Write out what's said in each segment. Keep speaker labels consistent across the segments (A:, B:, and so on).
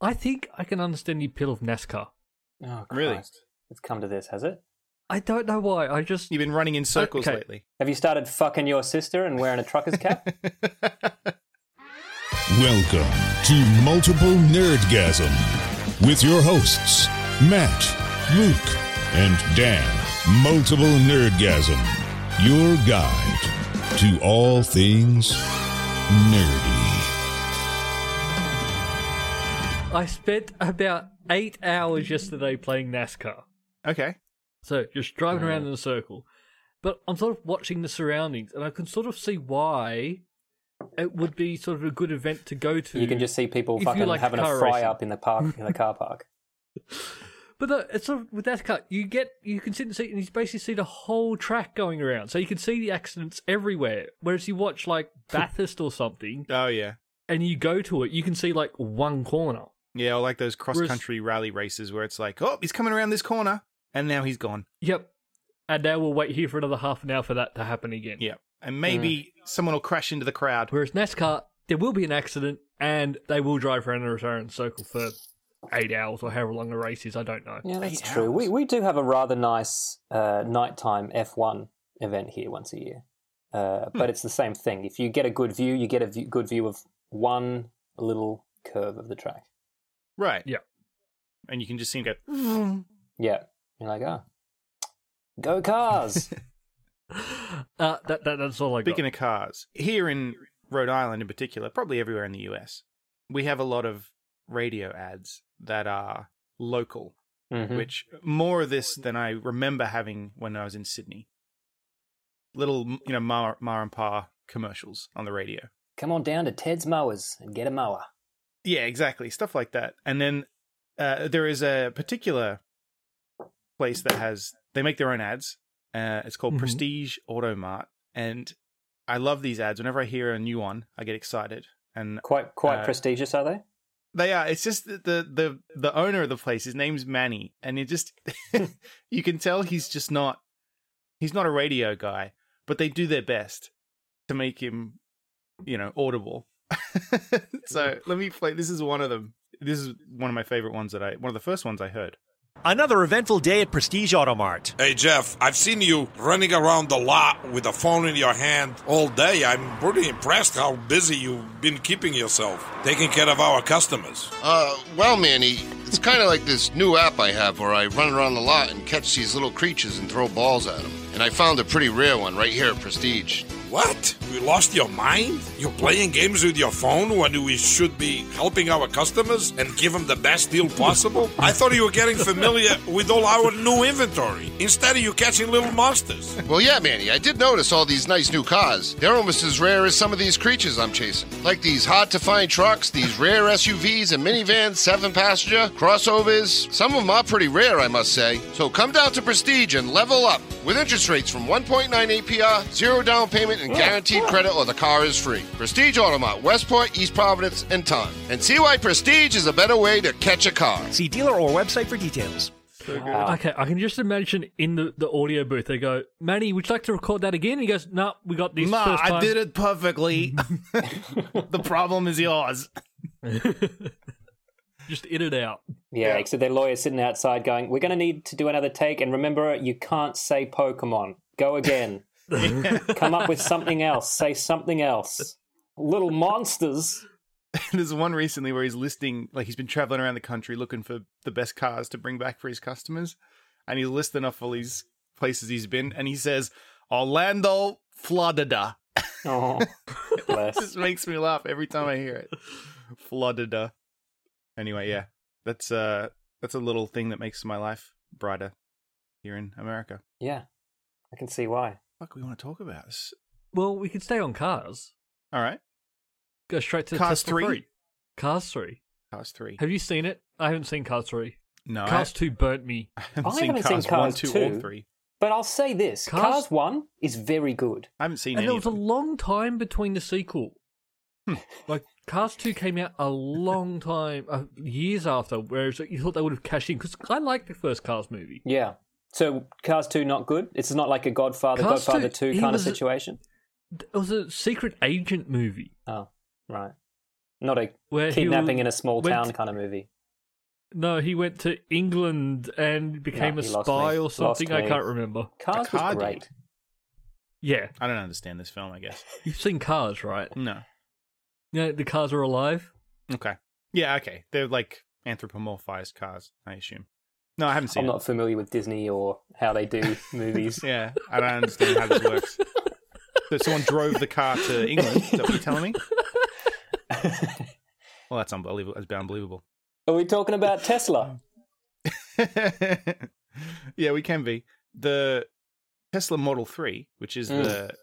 A: I think I can understand the appeal of NASCAR.
B: Oh, Christ.
C: Really?
B: It's come to this, has it?
A: I don't know why. I just
C: You've been running in circles
A: Okay.
C: lately.
B: Have you started fucking your sister and wearing a trucker's cap?
D: Welcome to Multiple Nerdgasm with your hosts, Matt, Luke, and Dan. Multiple Nerdgasm, your guide to all things nerdy.
A: I spent about eight hours yesterday playing NASCAR.
C: Okay.
A: So just driving around in a circle. But I'm sort of watching the surroundings and I can sort of see why it would be sort of a good event to go to.
B: you can just see people
A: If you
B: fucking
A: like
B: having a
A: car
B: fry
A: racing.
B: up in the park in the car park.
A: But no, it's sort of, with NASCAR, you get you can sit and see and you basically see the whole track going around. So you can see the accidents everywhere. Whereas you watch like Bathurst or something
C: Oh yeah.
A: and you go to it, you can see like one corner.
C: Yeah, or like those cross country rally races where it's like, oh, he's coming around this corner, and now he's gone.
A: Yep. And now we'll wait here for another half an hour for that to happen again.
C: Yeah,
A: Mm.
C: and maybe someone will crash into the crowd.
A: Whereas NASCAR, there will be an accident and they will drive around in a return circle for eight hours or however long the race is. I don't know.
B: Yeah, that's
C: Eight
B: true. We we do have a rather nice uh, nighttime F1 event here once a year, uh,
A: Hmm.
B: but it's the same thing. If you get a good view, you get a view, good view of one little curve of the track.
C: Right.
A: Yeah.
C: And you can just see him go.
B: Yeah, you're like, ah, go cars.
A: Uh, that, that that's all I got.
C: Speaking of cars, here in Rhode Island in particular, probably everywhere in the US, we have a lot of radio ads that are local,
B: Mhm.
A: Hmm.
C: which more of this than I remember having when I was in Sydney. Little, you know, ma, ma and pa commercials on the radio.
B: Come on down to Ted's Mowers and get a mower.
C: Yeah, exactly. Stuff like that. And then uh, there is a particular place that has they make their own ads. Uh, it's called
A: Mhm.
C: Prestige Auto Mart, and I love these ads. Whenever I hear a new one, I get excited. And
B: Quite quite
C: Uh,
B: prestigious, are they?
C: they are. It's just that the the the owner of the place. His name's Manny, and it just you can tell he's just not he's not a radio guy, but they do their best to make him, you know, audible. so let me play. This is one of them. This is one of my favorite ones that I one of the first ones I heard.
E: Another eventful day at Prestige Automart.
F: Hey, Jeff, I've seen you running around the lot with a phone in your hand all day. I'm pretty impressed how busy you've been keeping yourself, taking care of our customers.
G: Uh, well, Manny, it's kind of like this new app I have where I run around the lot and catch these little creatures and throw balls at them. And I found a pretty rare one right here at Prestige.
F: What? You lost your mind? You're playing games with your phone when we should be helping our customers and give them the best deal possible? I thought you were getting familiar with all our new inventory. Instead, you're catching little monsters.
G: Well, yeah, Manny, I did notice all these nice new cars. They're almost as rare as some of these creatures I'm chasing. Like these hard to find trucks, these rare SUVs and minivans, seven passenger, crossovers. Some of them are pretty rare, I must say. So come down to Prestige and level up with interest rates from 1.9 APR, zero down payment, and guaranteed credit or the car is free. Prestige Automart, Westport, East Providence, and Taunton. And see why Prestige is a better way to catch a car.
E: See dealer or website for details.
A: Okay, I can just imagine in the, the audio booth they go, Manny, would you like to record that again? And he goes, No, we got this
C: Ma,
A: first time.
C: I did it perfectly. the problem is yours.
A: Just in and out.
B: Yeah, except their lawyer's sitting outside going, We're going to need to do another take. And remember, you can't say Pokemon. Go again. Come up with something else. Say something else. Little monsters.
C: There's one recently where he's listing, like he's been traveling around the country looking for the best cars to bring back for his customers, and he's listing off all these places he's been, and he says Orlando, Florida.
B: Oh, bless.
C: This makes me laugh every time I hear it. Florida. Anyway, yeah, that's uh, that's a little thing that makes my life brighter here in America.
B: Yeah, I can see why.
C: Fuck, we want to talk about this.
A: Well, we could stay on cars.
C: All right,
A: Go straight to
C: Cars
A: Test for
C: three?
A: Free. Cars 3.
C: Cars three.
A: Have you seen it? I haven't seen Cars 3.
C: no, I-
A: Cars 2 burnt me.
C: I haven't,
B: I
C: seen,
B: haven't seen
C: cars one,
B: Cars
C: two, or
B: 2.
C: three.
B: But I'll say this Cars,
A: Cars-
B: 1 is very good.
C: I haven't seen
A: And
C: any.
A: there
C: Of
A: was a
C: them. Hmm.
A: long time between the sequel. like Cars Two came out a long time, uh, years after. Whereas you thought they would have cashed in because I liked the first Cars movie.
B: Yeah. So Cars 2 not good? It's not like a Godfather,
A: Cars
B: Godfather
A: 2,
B: 2,
A: he
B: kind of
A: was a-
B: situation?
A: It was a secret agent movie.
B: Oh, right. Not a
A: Where he
B: kidnapping in a small
A: went-
B: town kind of movie.
A: No, he went to England and became
B: No,
A: a
B: he lost
A: spy
B: me.
A: or
B: Lost
A: something. I
B: me.
A: can't remember.
B: Cars was
C: Car did.
B: great.
A: Yeah,
C: I don't understand this film, I guess.
A: you've seen Cars, right?
C: No.
A: You know, the cars are alive.
C: Okay. Yeah, okay. They're like anthropomorphized cars, I assume. No, I haven't seen
B: I'm
C: it.
B: not familiar with Disney or how they do movies.
C: Yeah, I don't understand how this works. So someone drove the car to England. Is that what you're telling me? Well, that's unbelievable. That's unbelievable.
B: Are we talking about Tesla?
C: yeah, we can be. The Tesla Model 3, which is
B: Mm.
C: the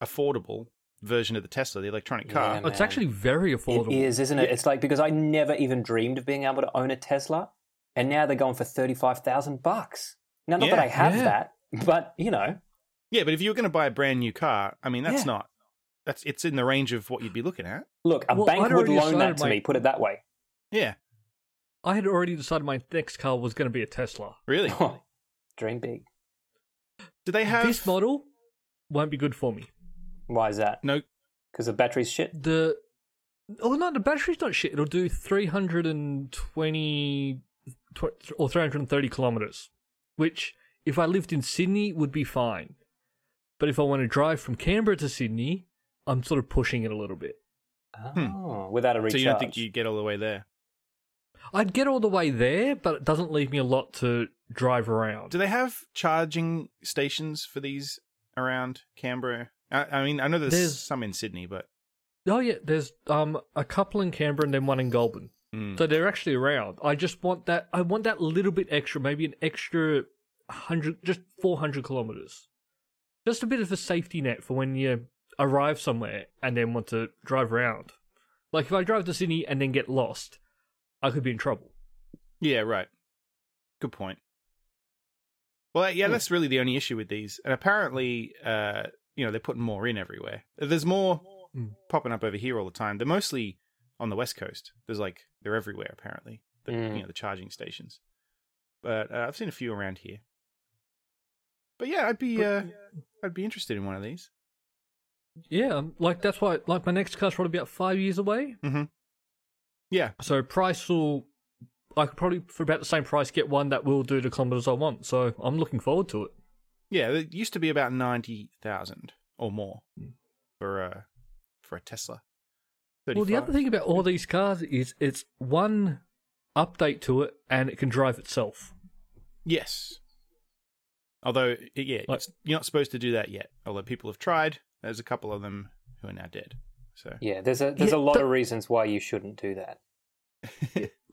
C: affordable version of the Tesla, the electronic car.
B: Yeah,
A: It's
B: man.
A: actually very affordable.
B: It is, isn't it? It's like because I never even dreamed of being able to own a Tesla, and now they're going for thirty five thousand bucks. Now, not that
C: Yeah.
B: I have
A: Yeah.
B: that, but you know,
C: Yeah, but if you were going to buy a brand new car, I mean, that's
B: Yeah.
C: not. That's it's in the range of what you'd be looking at.
B: look, a
A: Well,
B: bank
A: I'd
B: would
A: already
B: loan that
A: decided
B: to
A: my-
B: me. Put it that way.
C: Yeah,
A: I had already decided my next car was going to be a Tesla.
C: really.
B: Dream big.
C: Do they have
A: This model won't be good for me.
B: Why is that?
C: no?
B: Because the battery's shit.
A: The oh no, the battery's not shit. It'll do 320 tw- or 330 kilometers, which if I lived in Sydney would be fine. But if I want to drive from Canberra to Sydney, I'm sort of pushing it a little bit.
B: Oh, without a recharge.
C: Hmm. So you don't think you get all the way there?
A: I'd get all the way there, but it doesn't leave me a lot to drive around.
C: Do they have charging stations for these around Canberra? I, I mean, I know there's,
A: There's-
C: some in Sydney, but
A: Oh yeah, there's um a couple in Canberra and then one in Goulburn.
C: Mm.
A: So they're actually around. I just want that. I want that little bit extra, maybe an extra hundred, just four hundred kilometers, just a bit of a safety net for when you arrive somewhere and then want to drive around. Like if I drive to Sydney and then get lost, I could be in trouble.
C: yeah, right. Good point. Well, uh, yeah, that's really the only issue with these. And apparently, uh, you know, they're putting more in everywhere. There's more
A: Mm.
C: popping up over here all the time. They're mostly on the west coast. There's like they're everywhere apparently. The,
B: Mm.
C: You know, the charging stations. But uh, I've seen a few around here. But yeah, I'd be uh, I'd be interested in one of these.
A: Yeah, um, like that's why. Like my next car's probably about five years away.
C: Mm-hmm. Yeah,
A: So price will. I could probably for about the same price get one that will do the kilometers I want. So I'm looking forward to it.
C: Yeah, it used to be about ninety thousand or more for a for a Tesla.
A: Well, the other
C: 35.
A: thing about all these cars is it's one update to it and it can drive itself.
C: yes. Although, i- yeah,
A: Like-
C: it's, you're not supposed to do that yet. Although people have tried. There's a couple of them who are now dead. So
B: Yeah, there's a there's
A: Yeah,
B: a lot
A: but-
B: of reasons why you shouldn't do that.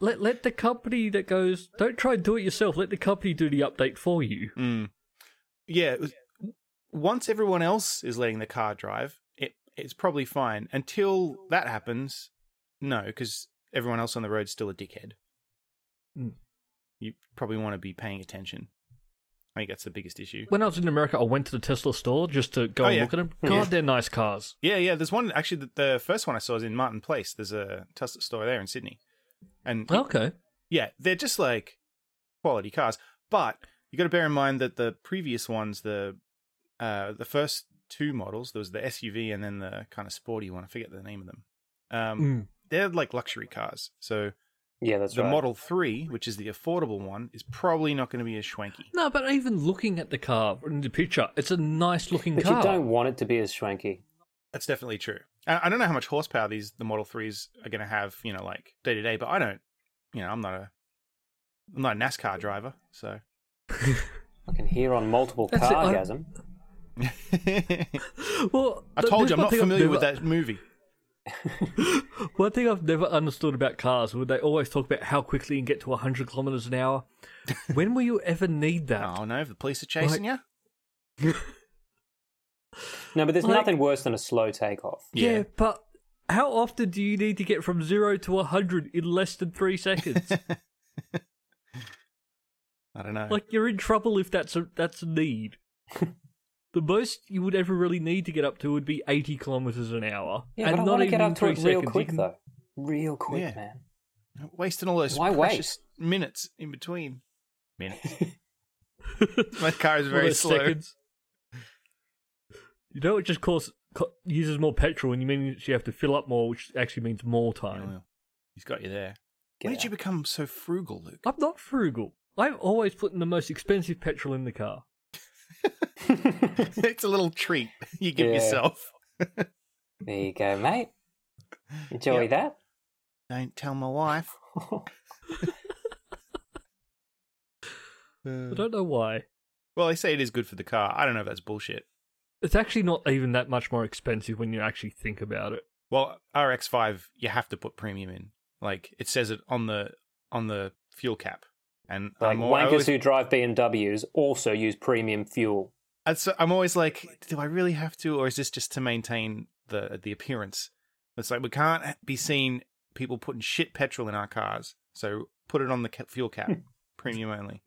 A: Let let the company that goes don't try and do it yourself. Let the company do the update for you.
C: Mm. Yeah. it was- once everyone else is letting the car drive, it it's probably fine. Until that happens, no, because everyone else on the road's still a dickhead.
A: Mm.
C: You probably want to be paying attention. I think that's the biggest issue.
A: When I was in America, I went to the Tesla store just to go
C: Oh,
A: and
C: yeah.
A: look at them.
B: Yeah.
A: God, they're nice cars.
C: Yeah, yeah. There's one actually. The, the first one I saw is in Martin Place. There's a Tesla store there in Sydney, and
A: Okay,
C: yeah, they're just like quality cars. But you got to bear in mind that the previous ones, the uh, the first two models, there was the SUV and then the kind of sporty one. I forget the name of them. Um,
A: Mm.
C: They're like luxury cars. So
B: Yeah, that's
C: the
B: right.
C: Model Three, which is the affordable one, is probably not going to be as schwanky.
A: no, but even looking at the car in the picture, it's a nice looking
B: but
A: car.
B: you don't want it to be as schwanky.
C: That's definitely true. I, I don't know how much horsepower these the Model Threes are going to have. You know, like day to day. But I don't. You know, I'm not a I'm not a NASCAR driver, so
B: I can hear on multiple
A: That's it, I-
B: cargasm.
C: I
A: Well, th-
C: told
A: there's
C: you I'm
A: one
C: not
A: thing I've
C: familiar
A: never-
C: with that movie.
A: One thing I've never understood about cars, where they always talk about how quickly you can get to 100 kilometers an hour. when will you ever need that?
C: Oh no, if the police are chasing you.
B: No, but there's
A: Like-
B: nothing worse than a slow takeoff.
A: Yeah.
C: Yeah.
A: but how often do you need to get from zero to 100 in less than three seconds?
C: I don't know.
A: like, you're in trouble if that's a, that's a need. the most you would ever really need to get up to would be 80 kilometers an hour.
B: Yeah,
A: and
B: but I
A: not
B: want to
A: even
B: get
A: in
B: up to
A: three
B: it
A: seconds.
B: real
A: you
B: quick
A: can-
B: though. Real quick,
C: Yeah.
B: man.
C: wasting all those
B: Why wait?
C: precious minutes in between. Minutes. My car is
A: all
C: very
A: those
C: slow.
A: seconds. You know, it just causes co- uses more petrol, and you mean you have to fill up more, which actually means more time.
C: Oh, Well, he's got you there.
B: Get
C: Why did you
B: out.
C: become so frugal, Luke?
A: I'm not frugal. I'm always putting the most expensive petrol in the car.
C: it's a little treat you give
B: Yeah.
C: yourself.
B: There you go, mate. Enjoy that.
C: Don't tell my wife.
A: I don't know why.
C: Well, they say it is good for the car. I don't know if that's bullshit.
A: It's actually not even that much more expensive when you actually think about it.
C: Well, RX5 you have to put premium in. Like it says it on the on the fuel cap. And
B: Like
C: I'm, al- I
B: wankers
C: always,
B: who drive BMWs also use premium fuel.
C: I'd s- I'm always like, do I really have to, or is this just to maintain the the appearance? It's like we can't be seen people putting shit petrol in our cars, so put it on the ca- fuel cap, premium only.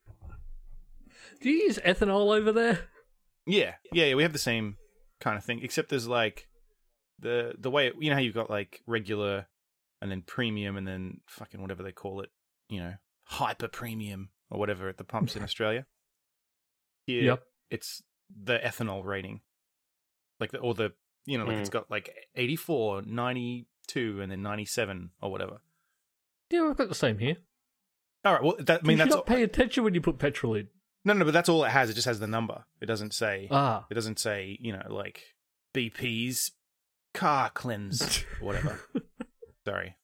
A: Do you use ethanol over there?
C: Yeah, yeah, yeah. We have the same kind of thing, except there's like the the way it, you know how you've got like regular and then premium and then fucking whatever they call it, you know, hyper premium or whatever at the pumps in Australia. Here,
A: Yep.
C: it's the ethanol rating, like the or the you know like
B: Mm.
C: it's got like 84, 92, and then 97 or whatever.
A: Yeah, we've got the same here.
C: All right, well that I
A: you
C: mean that's
A: should
C: all,
A: not pay attention when you put petrol in.
C: no no, but that's all it has. It just has the number. It doesn't say.
B: Uh.
A: Ah,
C: It doesn't say, you know, like BP's car cleanse or whatever. Sorry.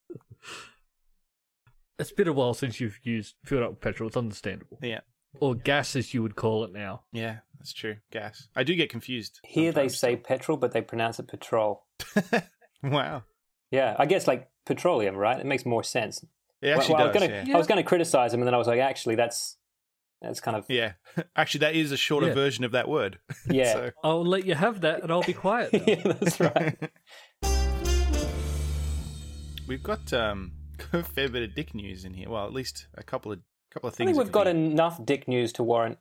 A: it's been a while since you've used filled up with petrol. It's understandable,
C: Yeah.
A: or gas as you would call it now.
C: Yeah, that's true. Gas. I do get confused.
B: Here they
C: sometimes.
B: say petrol, but they pronounce it patrol.
C: Wow.
B: Yeah, I guess like petroleum, right? It makes more sense.
C: It actually
B: Well, well,
C: does.
B: I was gonna,
C: yeah.
B: I was going to criticize him, and then I was like, actually, that's that's kind of yeah.
C: Yeah. Actually, that is a shorter
A: Yeah.
C: version of that word. So-
A: I'll let you have that, and I'll be quiet. now.
B: yeah, that's right.
C: We've got um, a fair bit of dick news in here. Well, at least a couple of couple of
B: I
C: things.
B: think
C: that
B: we've got
C: we-
B: enough dick news to warrant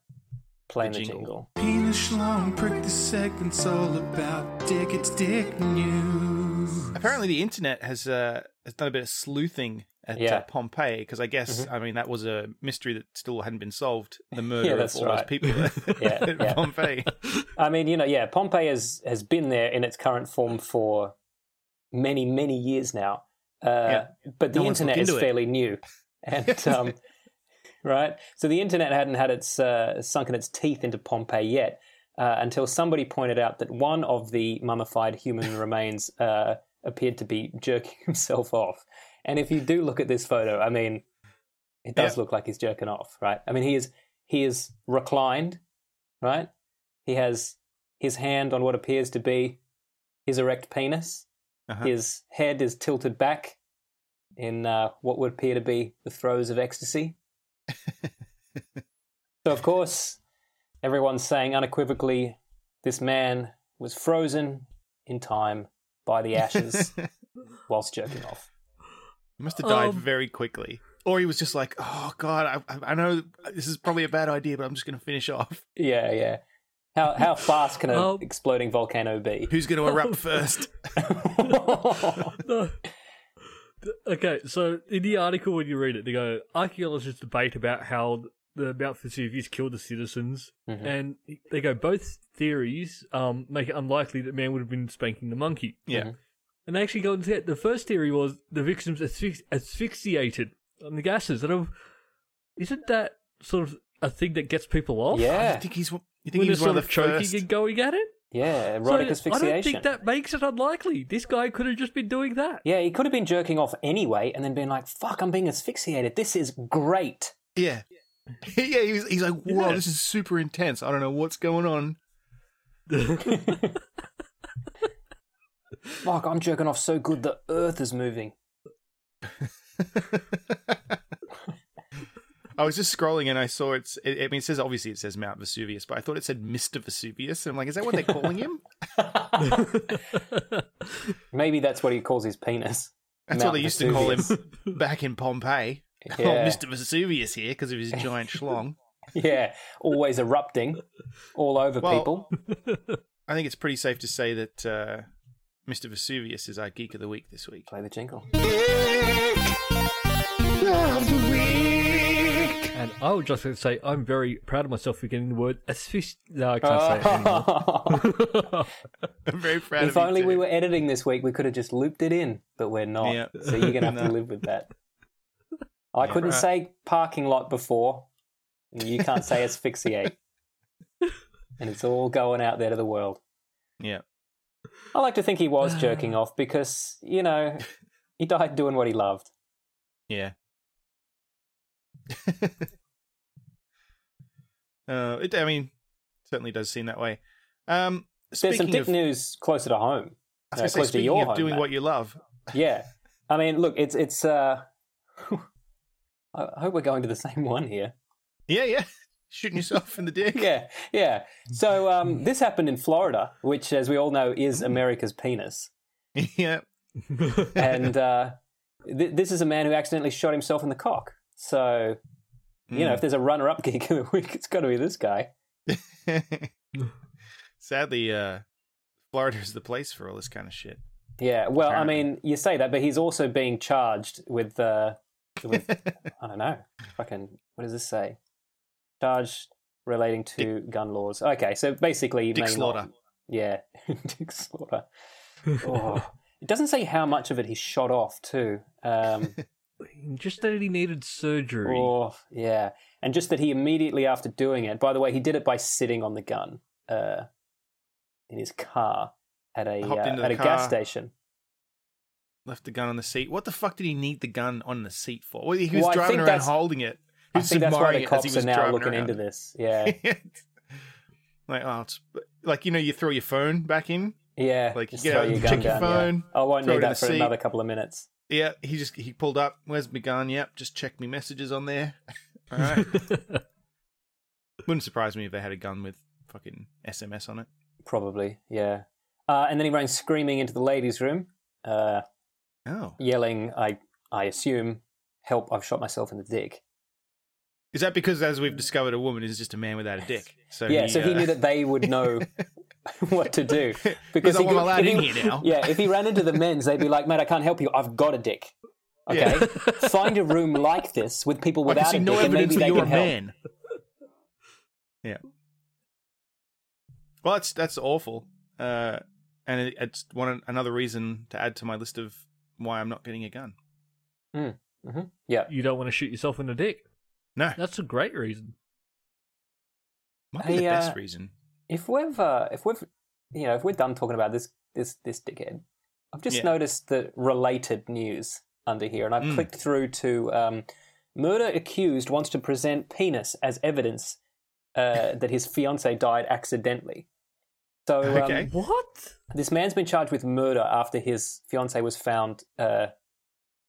B: playing
C: The
B: the
C: jingle.
B: jingle.
H: Penis long prick the segment's all about dick, it's dick news.
C: Apparently, the internet has uh, has done a bit of sleuthing at
B: Yeah. Mm-hmm.
C: uh, Pompeii because I guess I mean that was a mystery that still hadn't been solved. The murder of
B: that's
C: all those
B: right.
C: people
B: Yeah,
C: at
B: yeah.
C: Pompeii.
B: I mean, you know, yeah, Pompeii has has been there in its current form for many, many years now. Uh,
C: Yeah.
B: But the
C: No one's
B: internet
C: looked
B: is
C: into it.
B: fairly new, and um, right, so the internet hadn't had its uh, sunken its teeth into Pompeii yet uh, until somebody pointed out that one of the mummified human remains uh, appeared to be jerking himself off. And if you do look at this photo, I mean, it does
C: Yeah.
B: look like he's jerking off, right? I mean, he is he is reclined, right? He has his hand on what appears to be his erect penis.
C: Uh-huh.
B: His head is tilted back in uh, what would appear to be the throes of ecstasy. so, of course, everyone's saying unequivocally this man was frozen in time by the ashes whilst jerking off.
C: He must have died
A: Um,
C: very quickly, or he was just like, "Oh God, I- I, I know this is probably a bad idea, but I'm just going to finish off.
B: Yeah, yeah. How, how fast can an
C: Oh.
A: Um,
B: exploding volcano be?
C: Who's going to erupt first?
A: No. Okay, so in the article when you read it, they go archaeologists debate about how the Mount Vesuvius killed the citizens,
C: Mm-hmm.
A: and they go both theories um, make it unlikely that man would have been spanking the monkey.
C: Yeah,
A: And they actually go into it. The first theory was the victims asphyx- asphyxiated on the gases. And I'm, isn't that sort of a thing that gets people off?
C: you
B: yeah,
C: think he's you
A: When
C: think he
A: they're
C: was one
A: sort
C: of the
A: of choking
C: first?
A: and going at it?
B: yeah,
A: So
B: erotic
A: I
B: asphyxiation.
A: don't think that makes it unlikely. This guy could have just been doing that.
B: Yeah, he could have been jerking off anyway and then been like, fuck, I'm being asphyxiated. This is great.
C: Yeah, yeah. He was, he's like, "Whoa,
A: Yeah.
C: this is super intense. I don't know what's going on."
B: Fuck, I'm jerking off so good the earth is moving.
C: I was just scrolling and I saw it's. It, I mean, it says obviously it says Mount Vesuvius, but I thought it said Mister Vesuvius. And I'm like, is that what they're calling him?
B: Maybe that's what he calls his penis.
C: That's what
B: Mount
C: they used to call him back in Pompeii. Oh,
B: Yeah.
C: Mister Vesuvius here because of his giant schlong.
B: yeah, always erupting all over
C: Well-
B: people.
C: I think it's pretty safe to say that uh, Mr. Vesuvius is our geek of the week this week.
B: Play the jingle.
H: Dick of the week.
B: And
A: And I would just like to say I'm very proud of myself for getting the word assist. No, I can't say it anymore.
C: Oh. I'm very proud
B: if
C: of you
B: only we
C: too.
B: were editing this week, we could have just looped it in, but we're not.
C: Yeah.
B: So you're gonna have to live with that. I couldn't
C: right.
B: say parking lot before, and you can't say asphyxiate, and it's all going out there to the world.
C: Yeah.
B: I like to think he was jerking off because you know he died doing what he loved.
C: Yeah. uh, it, I mean, certainly does seem that way. Um,
B: There's some
C: speaking
B: dick
C: of,
B: news closer to home.
C: I
B: uh,
C: was gonna
B: close
C: say,
B: to
C: speaking
B: your
C: of
B: home,
C: doing
B: Matt.
C: what you love,
B: Yeah. I mean, look, it's it's. uh I I hope we're going to the same one here.
C: yeah, yeah, shooting yourself in the dick.
B: yeah, yeah. So
C: Mm-hmm.
B: um, this happened in Florida, which, as we all know, is America's penis.
C: yeah,
B: And uh, th- this is a man who accidentally shot himself in the cock. So, you
C: Mm.
B: know, if there's a runner-up gig in the week, it's got to be this guy.
C: Sadly, uh, Florida is the place for all this kind of shit.
B: Yeah. Well, I
C: Apparently.
B: mean, you say that, but he's also being charged with, uh, with I don't know, fucking. What does this say? Charged relating to gun laws. Okay, so basically, you
C: Dick
B: may not-
C: slaughter.
B: Yeah, dick slaughter. Oh. It doesn't say how much of it he shot off too. Um,
A: Just that he needed surgery.
B: oh, yeah, and just that he immediately after doing it. By the way, he did it by sitting on the gun uh, in his car at a
C: Hopped
B: uh,
C: into
B: at
C: the
B: a gas
C: car.
B: station.
C: Left the gun on the seat. What the fuck did he need the gun on the seat for? Well, he was
B: Well, I
C: driving
B: think
C: around
B: that's-
C: holding it. He
B: I
C: was
B: think that's why
C: admiring
B: the
C: it as he
B: cops
C: was
B: are now
C: driving
B: looking
C: around.
B: into this. Yeah,
C: like oh, it's like you know, you throw your phone back in.
B: yeah.
C: Like,
B: just
C: you get
B: throw
C: out and
B: your gun
C: check your
B: down, yeah.
C: phone,
B: I won't
C: throw
B: need
C: it in
B: that
C: the
B: for
C: seat.
B: another couple of minutes.
C: Yeah, he just he pulled up. Where's my gun? Yep, just check me messages on there. All right. Wouldn't surprise me if they had a gun with fucking SMS on it.
B: Probably, yeah. Uh, and then he ran screaming into the ladies' room, uh,
C: Oh,
B: yelling, "I, I assume, help! I've shot myself in the dick."
C: is that because as we've discovered, a woman is just a man without a dick? So
B: Yeah, so he
C: uh,
B: knew that they would know what to do
C: Because
B: he
C: I'm
B: could-
C: allowed
B: if
C: in
B: he-
C: here now.
B: Yeah, if he ran into the men's, they'd be like, "Mate, I can't help you. I've got a dick."
C: Yeah.
B: Okay, find a room like this with people
C: I can
B: without
C: see
B: a dick,
C: no
B: and
C: evidence
B: maybe
C: that
B: they can
C: you're a
B: help.
C: man. yeah. Well, that's that's awful, uh, and it, it's one another reason to add to my list of why I'm not getting a gun.
B: Mm-hmm. Yeah,
A: You don't want to shoot yourself in the dick.
C: No,
A: That's a great reason.
C: might be the
B: Hey, uh,
C: best reason.
B: if we've uh, if we've you know if we're done talking about this this this dickhead, I've just
C: Yeah.
B: noticed the related news under here, and I've
C: Mm.
B: clicked through to um, murder accused wants to present penis as evidence uh, that his fiance died accidentally. So um,
C: Okay.
A: What?
B: this man's been charged with murder after his fiance was found uh,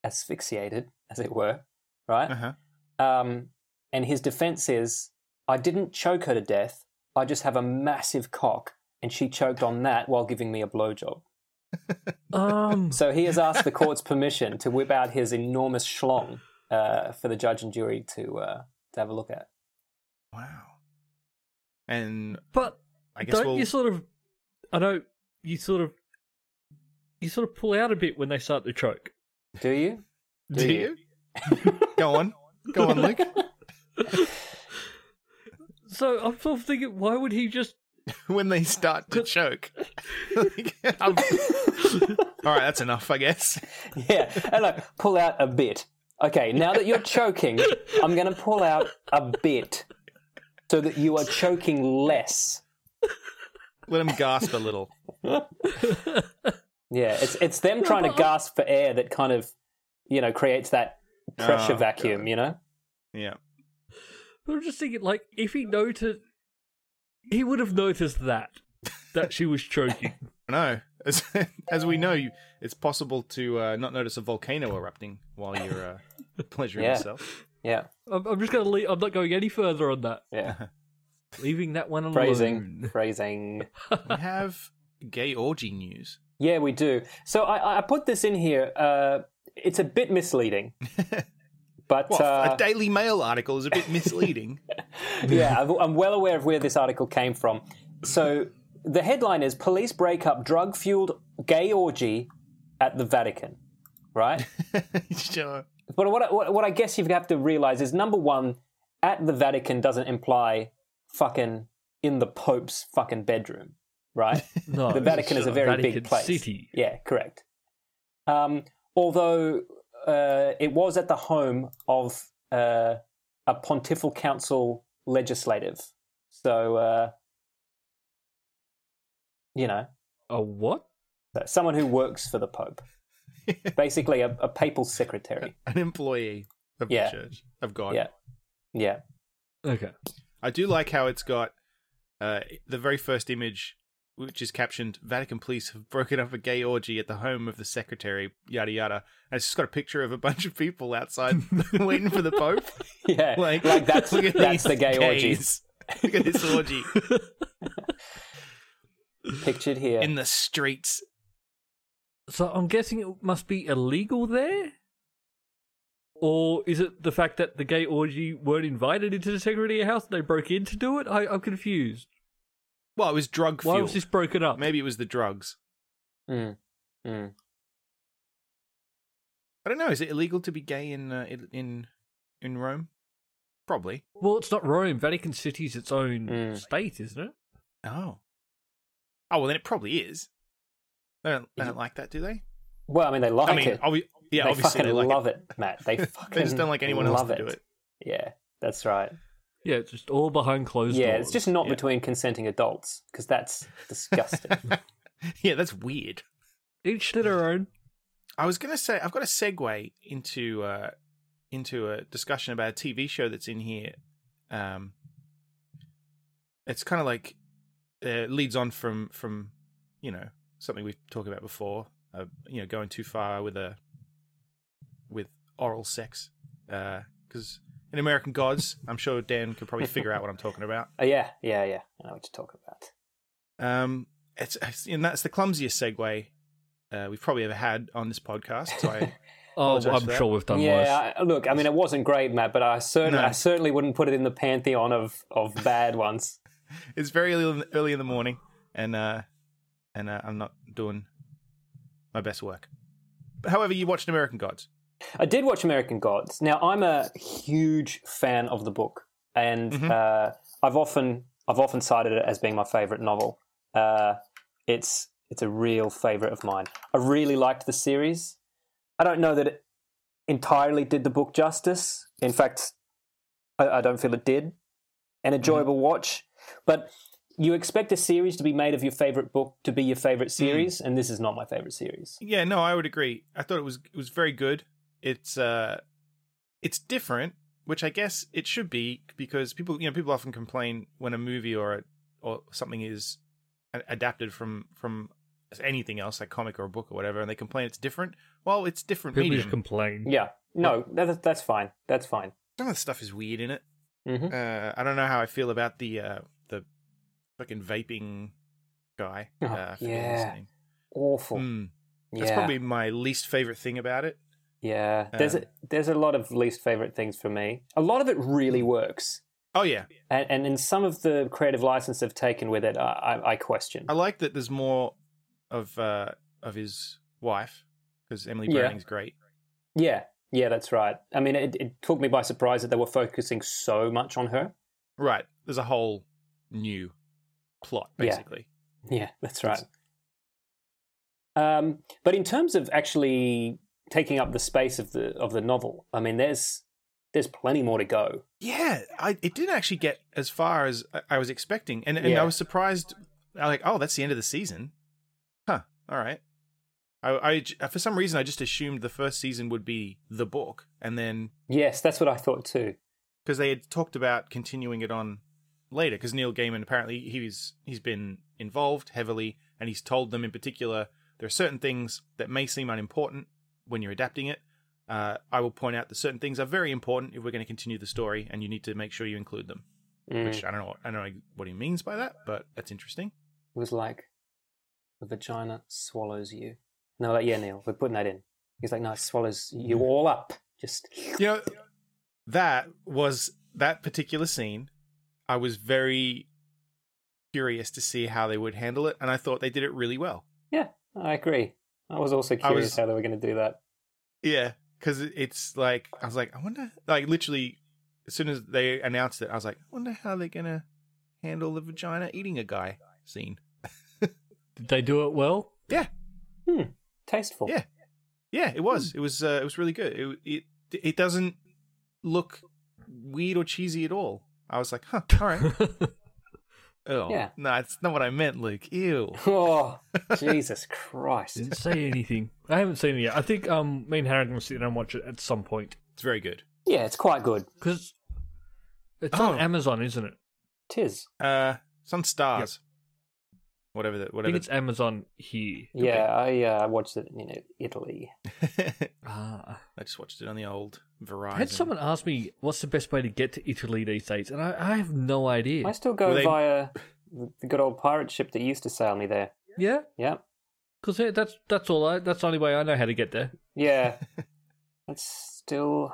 B: asphyxiated, as it were, right?
C: Uh huh.
B: Um, and his defense is, I didn't choke her to death. I just have a massive cock, and she choked on that while giving me a blowjob.
A: Um,
B: So he has asked the court's permission to whip out his enormous schlong uh, for the judge and jury to uh, to have a look at.
C: Wow. And
A: but
C: I guess
A: don't
C: we'll.
A: you sort of? I know you sort of. You sort of pull out a bit when they start to choke.
B: Do you?
C: do you? Go on. Go on, Luke.
A: So I'm sort of thinking, why would he just?
C: when they start to choke. Like, I'm- All right, that's enough, I guess.
B: Yeah. And look, pull out a bit. Okay, now that you're choking, I'm going to pull out a bit so that you are choking less.
C: Let them gasp a little.
B: Yeah, it's it's them trying to gasp for air that kind of, you know, creates that pressure
C: Oh,
B: vacuum. You know,
C: Yeah.
A: I'm just thinking, like, if he noticed, he would have noticed that that she was choking.
C: I know. As, as we know, you- it's possible to uh, not notice a volcano erupting while you're uh, pleasuring
B: Yeah.
C: yourself.
B: yeah,
A: I'm, I'm just gonna leave. I'm not going any further on that.
B: yeah,
A: Leaving that one alone.
B: phrasing, phrasing.
C: We have gay orgy news.
B: Yeah, we do. So I I put this in here. Uh, it's a bit misleading, but
C: Well,
B: uh,
C: a Daily Mail article is a bit misleading.
B: yeah, I've- I'm well aware of where this article came from. So the headline is Police Break Up Drug Fueled Gay Orgy at the Vatican, right?
C: sure. uh,
B: But what I, what, what I guess you have to realize is number one, at the Vatican doesn't imply fucking in the Pope's fucking bedroom, right?
A: No,
B: the Vatican is a
A: sure,
B: very
A: Vatican
B: big place.
A: City.
B: Yeah, correct. Um, although uh, it was at the home of uh, a pontifical council legislative, so uh, you know,
A: A what?
B: so someone who works for the Pope, basically a, a papal secretary.
C: an employee of
B: Yeah.
C: the church of God.
B: Yeah, yeah,
A: Okay.
C: I do like how it's got uh, the very first image, which is captioned "Vatican police have broken up a gay orgy at the home of the secretary." Yada yada. And it's just got a picture of a bunch of people outside waiting for the Pope.
B: yeah. Like,
C: Like,
B: that's
C: look at
B: that's
C: these
B: the gay orgy
C: gays. Look at this orgy
B: pictured here.
C: in the streets.
A: So I'm guessing it must be illegal there? Or is it the fact that the gay orgy weren't invited into the Secretary House and they broke in to do it? I, I'm confused.
C: Well, it was drug
A: Why
C: fuel.
A: was this broken up?
C: Maybe it was the drugs.
B: Mm, mm.
C: I don't know. Is it illegal to be gay in uh, in- in in Rome? Probably.
A: Well, it's not Rome. Vatican City's its own
B: Mm.
A: state, isn't it?
C: Oh. Oh well, then it probably is. They don't, they don't like that, do they?
B: Well, I mean, they like
C: I mean,
B: it.
C: obvi- yeah,
B: they
C: obviously
B: fucking
C: they like
B: love it. Matt. They fucking
C: They just don't like anyone else
B: love
C: to do it.
B: Yeah, that's right.
A: Yeah, it's just all behind closed
B: yeah,
A: doors.
B: it's just not
C: Yeah.
B: between consenting adults because that's disgusting.
C: yeah, that's weird.
A: each to their own.
C: I was gonna say I've got a segue into uh, into a discussion about a TV show that's in here. Um, it's kind of like uh, leads on from from you know something we've talked about before. Uh, you know, going too far with a with oral sex because in American Gods, I'm sure Dan could probably figure out what I'm talking about.
B: Uh, yeah, yeah, yeah. I know what you're talking about.
C: Um, it's, it's and that's the clumsiest segue uh, we've probably ever had on this podcast. So I,
A: Oh,
C: Apologise
A: I'm
C: for that.
A: sure we've done worse.
B: yeah, I, look, I mean, it wasn't great, Matt, but I certainly,
C: No.
B: I certainly wouldn't put it in the pantheon of of bad ones.
C: it's very early in, early in the morning, and uh, and uh, I'm not doing my best work. However, you watched American Gods.
B: I did watch American Gods. Now, I'm a huge fan of the book, and uh, I've often I've often cited it as being my favorite novel. Uh, it's it's a real favorite of mine. I really liked the series. I don't know that it entirely did the book justice. In fact, I, I don't feel it did. An enjoyable watch, but you expect a series to be made of your favorite book to be your favorite series, and this is not my favorite series.
C: Yeah, no, I would agree. I thought it was it was very good. It's uh, it's different, which I guess it should be because people you know people often complain when a movie or a, or something is a- adapted from from anything else like comic or a book or whatever, and they complain it's different. Well, it's different
A: People
C: medium.
A: just complain.
B: Yeah, no, that, that's fine. That's fine.
C: Some of the stuff is weird in it.
B: hmm
C: Uh, I don't know how I feel about the uh, the fucking vaping guy.
B: Oh,
C: uh, I forget his
B: yeah.
C: name.
B: awful.
C: Mm.
B: yeah.
C: That's probably my least favorite thing about it.
B: yeah. There's
C: um,
B: a, there's a lot of least favorite things for me. A lot of it
C: Mm.
B: really works,
C: Oh yeah,
B: and and in some of the creative license they've taken with it, I I, I question.
C: I like that. There's more of uh, of his wife because Emily
B: Yeah.
C: Browning's great.
B: yeah, yeah, that's right. I mean, it, it took me by surprise that they were focusing so much on her.
C: Right. There's a whole new plot
B: Yeah.
C: basically.
B: Yeah, that's right. Um, but in terms of actually taking up the space of the of the novel, I mean, there's there's plenty more to go.
C: Yeah, I, it didn't actually get as far as I- I was expecting, and and
B: Yeah.
C: I was surprised. I like, oh, that's the end of the season, huh? All right. I, I j- for some reason I just assumed the first season would be the book, and then
B: Yes, that's what I thought too.
C: because they had talked about continuing it on later, because Neil Gaiman apparently he's he's been involved heavily, and he's told them in particular there are certain things that may seem unimportant when you're adapting it. Uh, I will point out that certain things are very important if we're going to continue the story, and you need to make sure you include them
B: Mm.
C: which I don't know. What, I don't know what he means by that, but that's interesting.
B: It was like, the vagina swallows you. And they were like, yeah, Neil, we're putting that in. He's like, no, it swallows you all up. Just,
C: You know, that was that particular scene. I was very curious to see how they would handle it, and I thought they did it really well.
B: yeah, I agree. I was also
C: I
B: curious
C: was-
B: how they were going to do that.
C: Yeah, because it's like I was like, I wonder, like literally as soon as they announced it, I was like, I wonder how they're gonna handle the vagina eating a guy scene.
A: Did they do it well?
C: Yeah,
A: Oh.
B: Tasteful.
C: Yeah. yeah, it
A: Hmm.
C: was. It was. Uh, it was really good. It, it it doesn't look weird or cheesy at all. I was like, huh, all right. oh,
B: Yeah.
C: no, it's not what I meant, Luke. Ew.
B: Oh, Jesus Christ.
A: Didn't say anything. I haven't seen it yet. I think um, me and Harry are going to sit down and watch it at some point
C: It's very good.
B: Yeah, it's quite good.
A: because it's
C: Oh.
A: on Amazon, isn't it?
B: Tis.
C: Uh, it's on Stars. Whatever that.
A: I think
C: Whatever.
A: it's Amazon here.
B: Yeah, I uh, watched it in Italy.
A: Ah.
C: I just watched it on the old Verizon.
A: I had someone ask me what's the best way to get to Italy these days, and I, I have no idea.
B: I still go
C: Were they-
B: via the good old pirate ship that used to sail me there.
A: Yeah,
B: Yeah.
A: because that's that's all. I, that's the only way I know how to get there.
B: Yeah. That's still.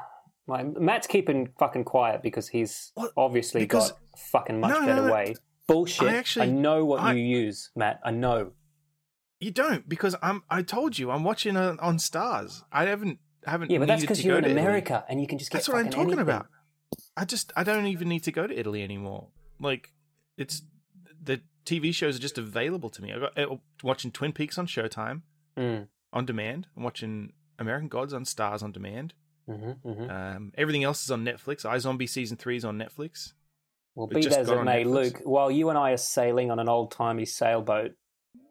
B: My... Matt's keeping fucking quiet because he's
C: What?
B: obviously
C: Because-
B: got a fucking much
C: No, no,
B: better
C: no.
B: way. Bullshit.
C: I actually-
B: know what
C: I-
B: you use, Matt. I know.
C: You don't because I'm. I told you I'm watching on, on Stars. I haven't haven't.
B: Yeah, but that's
C: needed
B: because
C: to
B: you're
C: go
B: in
C: to Italy.
B: America and you can just get
C: That's what I'm
B: fucking
C: talking
B: anything.
C: about. I just I don't even need to go to Italy anymore. Like it's the TV shows are just available to me. I got uh, watching Twin Peaks on Showtime
B: Mm.
C: on demand. I'm watching American Gods on Stars on demand.
B: Mm-hmm, mm-hmm.
C: Um, everything else is on Netflix. iZombie season three is on Netflix.
B: Well,
C: It
B: be
C: just
B: that as
C: got
B: it
C: on
B: may,
C: Netflix.
B: Luke, while you and I are sailing on an old timey sailboat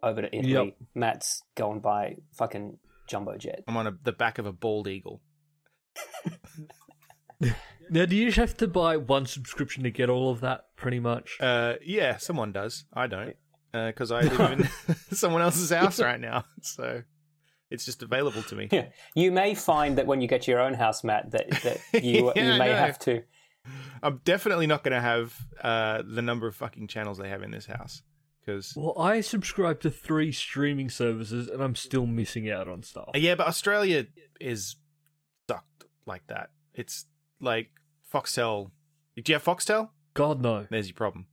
B: over to Italy,
A: Yep.
B: Matt's going by fucking jumbo jet.
C: I'm on a, the back of a bald eagle.
A: Now, do you just have to buy one subscription to get all of that? Pretty much.
C: Uh, yeah, someone does. I don't because I live in someone else's house right now, so it's just available to me.
B: Yeah. You may find that when you get to your own house, Matt, that, that you,
C: Yeah, I
B: you may
C: know.
B: have to.
C: I'm definitely not going to have uh, the number of fucking channels they have in this house because
A: Well, I subscribe to three streaming services, and I'm still missing out on stuff.
C: yeah, but Australia is sucked like that. It's like Foxtel. Do you have Foxtel?
A: God no.
C: There's your problem.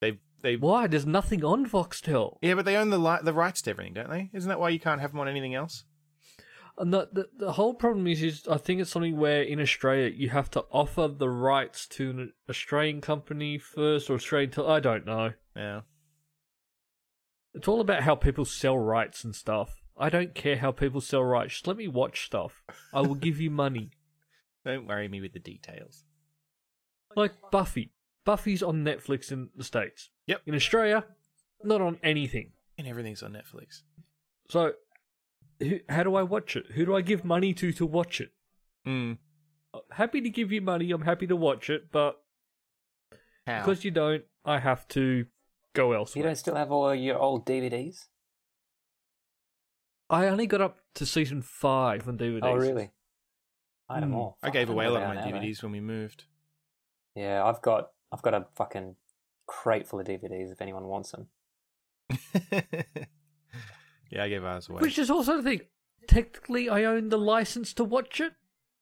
C: They they
A: Why? There's nothing on Voxtel.
C: yeah, but they own the li- the rights to everything, don't they? Isn't that why you can't have them on anything else?
A: And the, the the whole problem is, is I think it's something where in Australia you have to offer the rights to an Australian company first or Australian. Tel- I don't know.
C: Yeah.
A: It's all about how people sell rights and stuff. I don't care how people sell rights. Just let me watch stuff. I will give you money.
C: Don't worry me with the details.
A: Like Buffy. Buffy's on Netflix in the States.
C: Yep.
A: In Australia, not on anything.
C: And everything's on Netflix.
A: So, who, how do I watch it? Who do I give money to to watch it?
C: Mm.
A: I'm happy to give you money. I'm happy to watch it, but
C: How?
A: because you don't, I have to go
B: You
A: elsewhere.
B: don't still have all your old DVDs?
A: I only got up to season five on DVDs.
B: Oh, really? I had them
A: Hmm.
B: all.
C: I gave
B: Fucking
C: away a lot of
B: down
C: my
B: now, mate.
A: eh?
C: DVDs when we moved.
B: Yeah, I've got I've got a fucking crate full of DVDs if anyone wants them.
C: yeah, I gave ours away.
A: Which is also the thing. Technically, I own the license to watch it.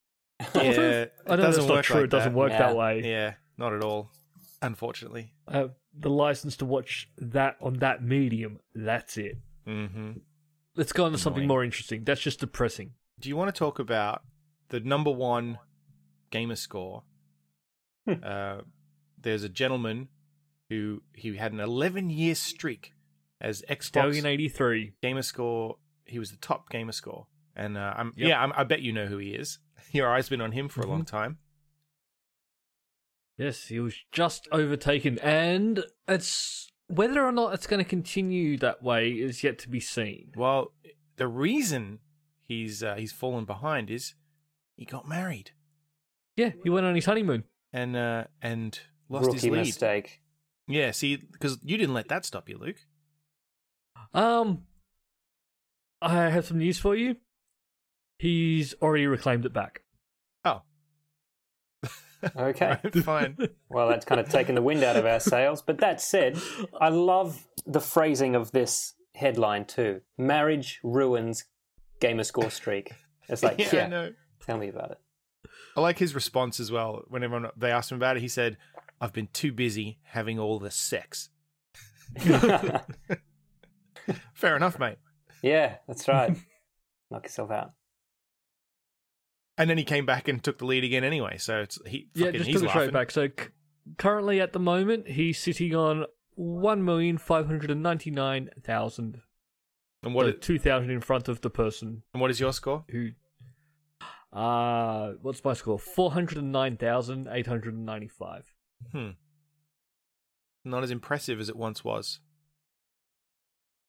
C: yeah,
A: It I know that's
C: doesn't
A: not
C: work
A: true.
C: like
A: it doesn't
C: that.
A: work
B: Yeah.
A: that way.
C: Yeah, not at all. Unfortunately.
A: I have the license to watch that on that medium. That's it.
C: Mm-hmm.
A: Let's go on to something
C: Annoying.
A: more interesting. That's just depressing.
C: Do you want to talk about the number one gamer score?
A: Hmm.
C: uh, there's a gentleman who he had an 11 year streak as
A: Stallion
C: Xbox
A: eighty three.
C: gamer score. He was the top gamer score, and uh, I'm yeah, I'm, I bet you know who he is. Your eyes been on him for a
A: Mm-hmm.
C: long time.
A: Yes, he was just overtaken, and it's whether or not it's going to continue that way is yet to be seen.
C: Well, the reason he's uh, he's fallen behind is he got married
A: Yeah, he went on his honeymoon.
C: and uh, and lost
B: Rookie
C: his lead.
B: mistake.
C: Yeah, see, because you didn't let that stop you, Luke.
A: Um, I have some news for you. He's already reclaimed it back.
C: Oh,
B: Okay.
C: fine.
B: Well, that's kind of taken the wind out of our sails. But that said, I love the phrasing of this headline too. Marriage ruins gamer score streak. It's like, yeah,
C: I know.
B: tell me about it.
C: I like his response as well. When everyone they asked him about it, he said, "I've been too busy having all the sex." Fair enough, mate.
B: Yeah, that's right. Knock yourself out.
C: And then he came back and took the lead again anyway. So it's he
A: Yeah,
C: fucking,
A: just
C: he's
A: took it straight
C: laughing.
A: back. So c- currently at the moment, he's sitting on one million five hundred and ninety nine thousand.
C: And
A: What
C: what is,
A: two thousand in front of the person
C: and what is your score?
A: who? Uh what's my score? Four hundred and nine thousand eight hundred and ninety five.
C: Hmm. Not as impressive as it once was.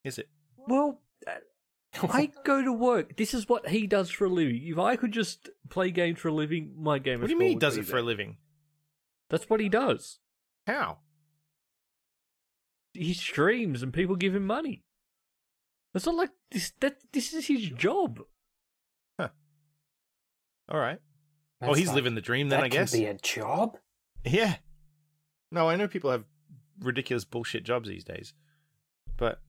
C: Is it?
A: Well, uh, I go to work. This is what he does for a living. If I could just play games for a living, my game.
C: What do you mean he does it for a living?
A: That's what he does.
C: How?
A: He streams and people give him money. It's not like this. That this is his job.
C: All right. Well, he's living the dream then,
B: that
C: I guess.
B: Can be a job.
C: Yeah. No, I know people have ridiculous bullshit jobs these days, but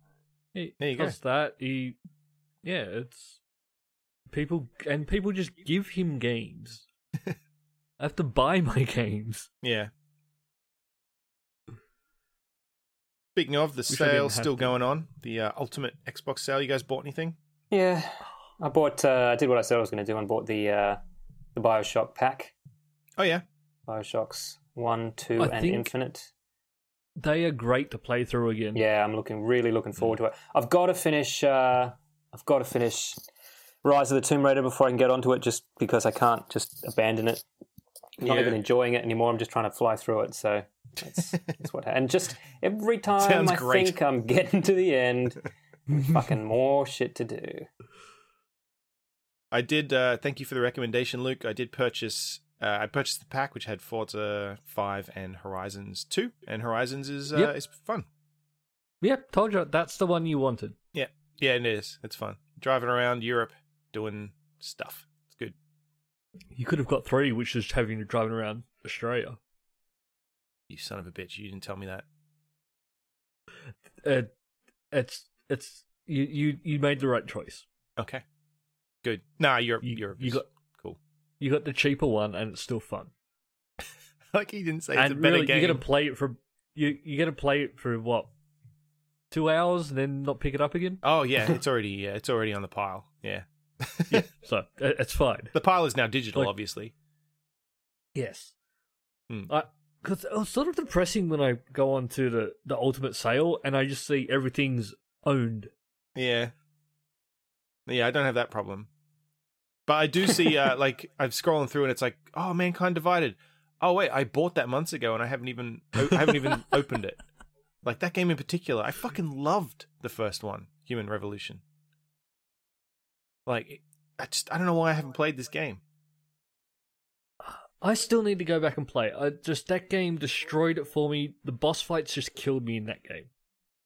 A: He
C: There you go.
A: does that. He, yeah, it's people and people just give him games. I have to buy my games.
C: yeah. Speaking of the
A: Wish I
C: sale
A: didn't have
C: still
A: to.
C: going on, the uh, ultimate Xbox sale. You guys bought anything?
B: Yeah, I bought. Uh, I did what I said I was going to do and bought the uh, the Bioshock pack.
C: Oh yeah,
B: Bioshocks one, two,
A: I
B: and
A: think-
B: Infinite.
A: They are great to play through again.
B: Yeah, I'm looking really
A: Hmm.
B: looking forward to it. I've got to finish. Uh, I've got to finish Rise of the Tomb Raider before I can get onto it, just because I can't just abandon it. I'm not
C: Yeah.
B: even enjoying it anymore. I'm just trying to fly through it. So that's, that's what. Ha- and just every time
C: Sounds
B: I
C: great.
B: think I'm getting to the end, fucking more shit to do.
C: I did. Uh, thank you for the recommendation, Luke. I did purchase. Uh, I purchased the pack which had Forza Five and Horizons Two, and Horizons is uh,
A: Yep.
C: is fun.
A: Yep, told you that's the one you wanted.
C: Yeah, yeah, it is. It's fun driving around Europe doing stuff. It's good.
A: You could have got three, which is having you driving around Australia.
C: You son of a bitch! You didn't tell me that.
A: Uh, it's it's you, you you made the right choice.
C: Okay. Good. Nah, Europe.
A: You-
C: Europe.
A: you
C: is
A: got-
C: cool.
A: You got the cheaper one, and it's still fun.
C: like he didn't say it's
A: and
C: a better
A: really,
C: game.
A: you're gonna play it for you. You're gonna play it for what? Two hours, and then not pick it up again.
C: Oh yeah, it's already yeah, it's already on the pile. Yeah,
A: So uh, it's fine.
C: the pile is now digital,
A: Like-
C: obviously.
A: Yes.
C: Hmm.
A: Because it was sort of depressing when I go on to the, the ultimate sale and I just see everything's owned.
C: Yeah, yeah, I don't have that problem, but I do see uh, like I'm scrolling through and it's like, oh, mankind divided. Oh wait, I bought that months ago and I haven't even I haven't even opened it. Like that game in particular, I fucking loved the first one, Human Revolution. Like, I just I don't know why I haven't played this game.
A: I still need to go back and play. it. I just that game destroyed it for me. The boss fights just killed me in that game.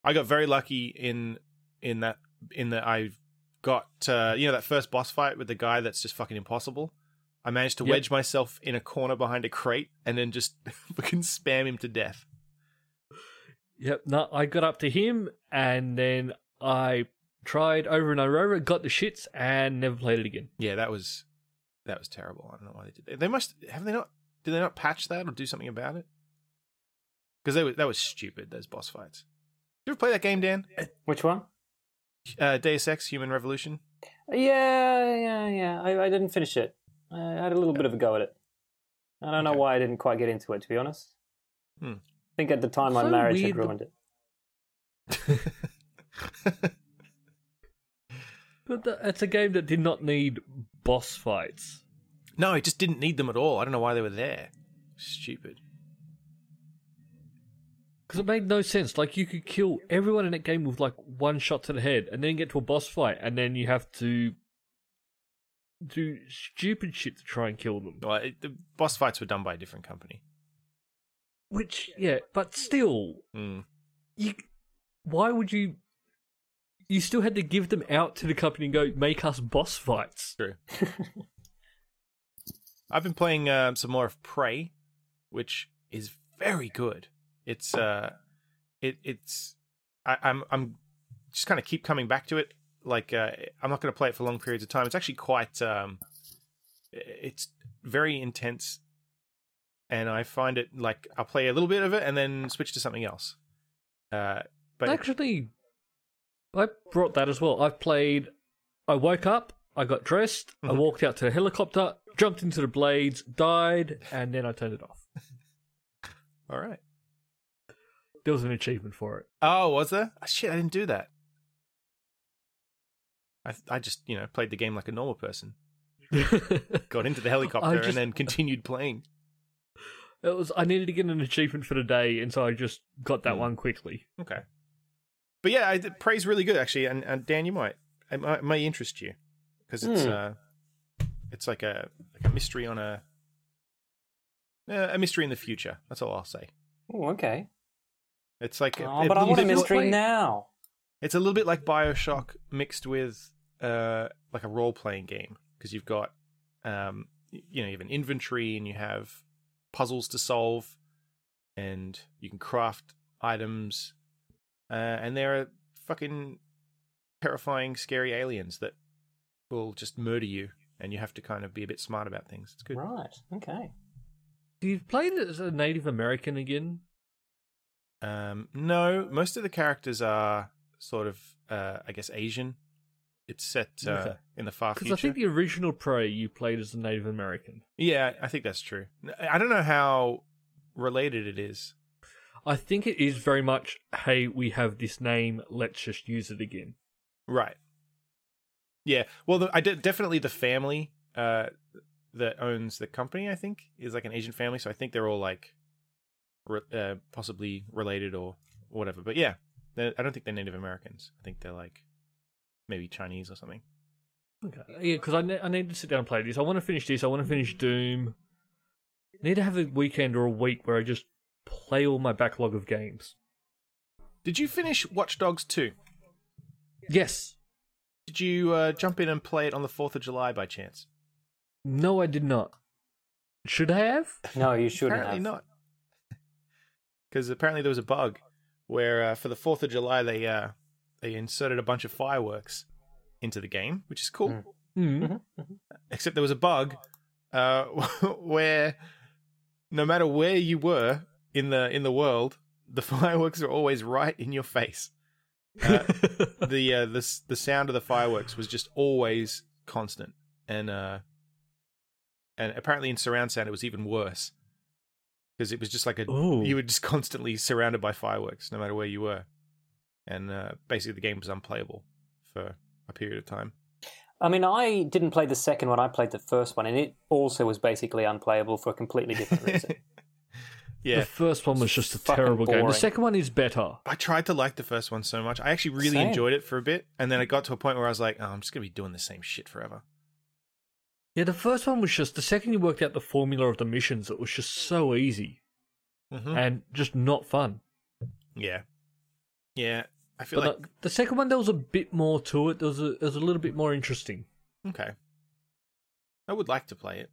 C: I got very lucky in in that in that I got uh, you know that first boss fight with the guy that's just fucking impossible. I managed to
A: Yep.
C: wedge myself in a corner behind a crate and then just fucking spam him to death.
A: Yep. No, I got up to him and then I tried over and over, and over got the shits, and never played it again.
C: Yeah, that was that was terrible. I don't know why they did. That. They must have they not did they not patch that or do something about it? Because they were, that was stupid. Those boss fights. You ever play that game, Dan?
B: Which one?
C: Uh, Deus Ex: Human Revolution.
B: Yeah, yeah, yeah. I, I didn't finish it. I had a little bit of a go at it. I don't know
C: Okay.
B: why I didn't quite get into it, to be honest.
C: Hmm.
B: I think at the time my
A: So
B: marriage
A: weird
B: had
A: the-
B: ruined it.
A: But the, it's a game that did not need boss fights.
C: No, I just didn't need them at all. I don't know why they were there. Stupid.
A: Because it made no sense. Like you could kill everyone in that game with like one shot to the head, and then get to a boss fight, and then you have to do stupid shit to try and kill them.
C: Well, it, the boss fights were done by a different company.
A: Which, yeah, but still,
C: Mm.
A: you. Why would you? You still had to give them out to the company and go make us boss fights.
C: True. I've been playing um, some more of Prey, which is very good. It's uh, it it's I, I'm I'm just kind of keep coming back to it. Like uh, I'm not going to play it for long periods of time. It's actually quite um, it's very intense, and I find it like I'll play a little bit of it and then switch to something else. Uh, but
A: Actually, I brought that as well. I've played. I woke up. I got dressed. I
C: Mhm.
A: walked out to a helicopter, jumped into the blades, died, and then I turned it off.
C: All right.
A: There was an achievement for it.
C: Oh, was there? Ah, Shit, I didn't do that. I I just you know played the game like a normal person. Got into the helicopter
A: just-
C: and then continued playing.
A: It was I needed to get an achievement for the day, and so I just got
C: Mm.
A: that one quickly.
C: Okay. But yeah, I, Prey's really good actually, and, and Dan, you might it might, it might interest you because it's
B: Hmm.
C: uh, it's like a like a mystery on a uh, a mystery in the future. That's all I'll say.
B: Oh, okay.
C: It's like a-
B: Oh,
C: a
B: but I
C: little
B: want a
C: bit-
B: mystery
A: wait.
B: now.
C: It's a little bit like Bioshock mixed with uh, like a role playing game because you've got um, y- you know you have an inventory and you have puzzles to solve and you can craft items uh, and there are fucking terrifying scary aliens that will just murder you and you have to kind of be a bit smart about things. It's good.
B: Right. Okay.
A: Do you play it as a Native American again?
C: Um, no, most of the characters are sort of uh, I guess Asian. It's set uh,
A: Okay.
C: in the far
A: Because
C: future.
A: I think the original Prey you played as a Native American.
C: Yeah, I think that's true. I don't know how related it is.
A: I think it is very much, hey, we have this name, let's just use it again.
C: Right. Yeah. Well, the, I de- definitely the family uh, that owns the company, I think, is like an Asian family. So I think they're all like re- uh, possibly related or whatever. But yeah, they're- I don't think they're Native Americans. I think they're like maybe Chinese or something.
A: Okay. Yeah, because I, ne- I need to sit down and play this. I want to finish this. I want to finish Doom. I need to have a weekend or a week where I just play all my backlog of games.
C: Did you finish Watch Dogs 2?
A: Yes.
C: Did you uh, jump in and play it on the 4th of July by chance?
A: No, I did not. Should I have?
B: No, you shouldn't.
C: apparently
B: have.
C: not because apparently there was a bug where uh, for the 4th of july they uh, they inserted a bunch of fireworks into the game which is cool
B: Mm.
A: Mm.
C: except there was a bug uh, where no matter where you were in the in the world the fireworks are always right in your face uh, the uh, the s- the sound of the fireworks was just always constant and uh and apparently in surround sound it was even worse because it was just like a
A: Ooh.
C: you were just constantly surrounded by fireworks no matter where you were and uh basically the game was unplayable for a period of time
B: I mean, I didn't play the second one. I played the first one, and it also was basically unplayable for a completely different reason.
C: yeah
A: The first one was just a
B: Fucking
A: terrible game. The
B: boring.
A: second one is better.
C: i tried to like the first one so much i actually really
B: Same.
C: enjoyed it for a bit and then it got to a point where i was like oh, i'm just gonna be doing the same shit forever
A: Yeah, the first one was just the second you worked out the formula of the missions, it was just so easy
C: Mhm.
A: and just not fun.
C: yeah yeah i feel
A: But
C: like
A: the, the second one, there was a bit more to it. There was a, there was a little bit more interesting.
C: okay i would like to play it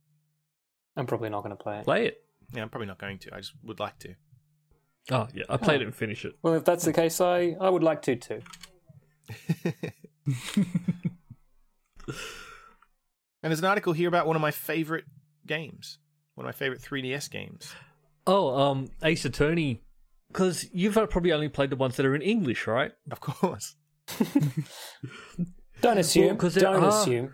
B: I'm probably not going to play it.
A: Play it.
C: yeah i'm probably not going to i just would like to
A: Oh yeah, I played it and finished it.
B: Well, if that's the case, I, I would like to too.
C: And there's an article here about one of my favorite games, one of my favorite 3DS games.
A: Oh, um, Ace Attorney, because you've uh, probably only played the ones that are in English, right?
C: Of course,
B: Don't assume.
A: 'cause there
B: don't
A: are-
B: assume.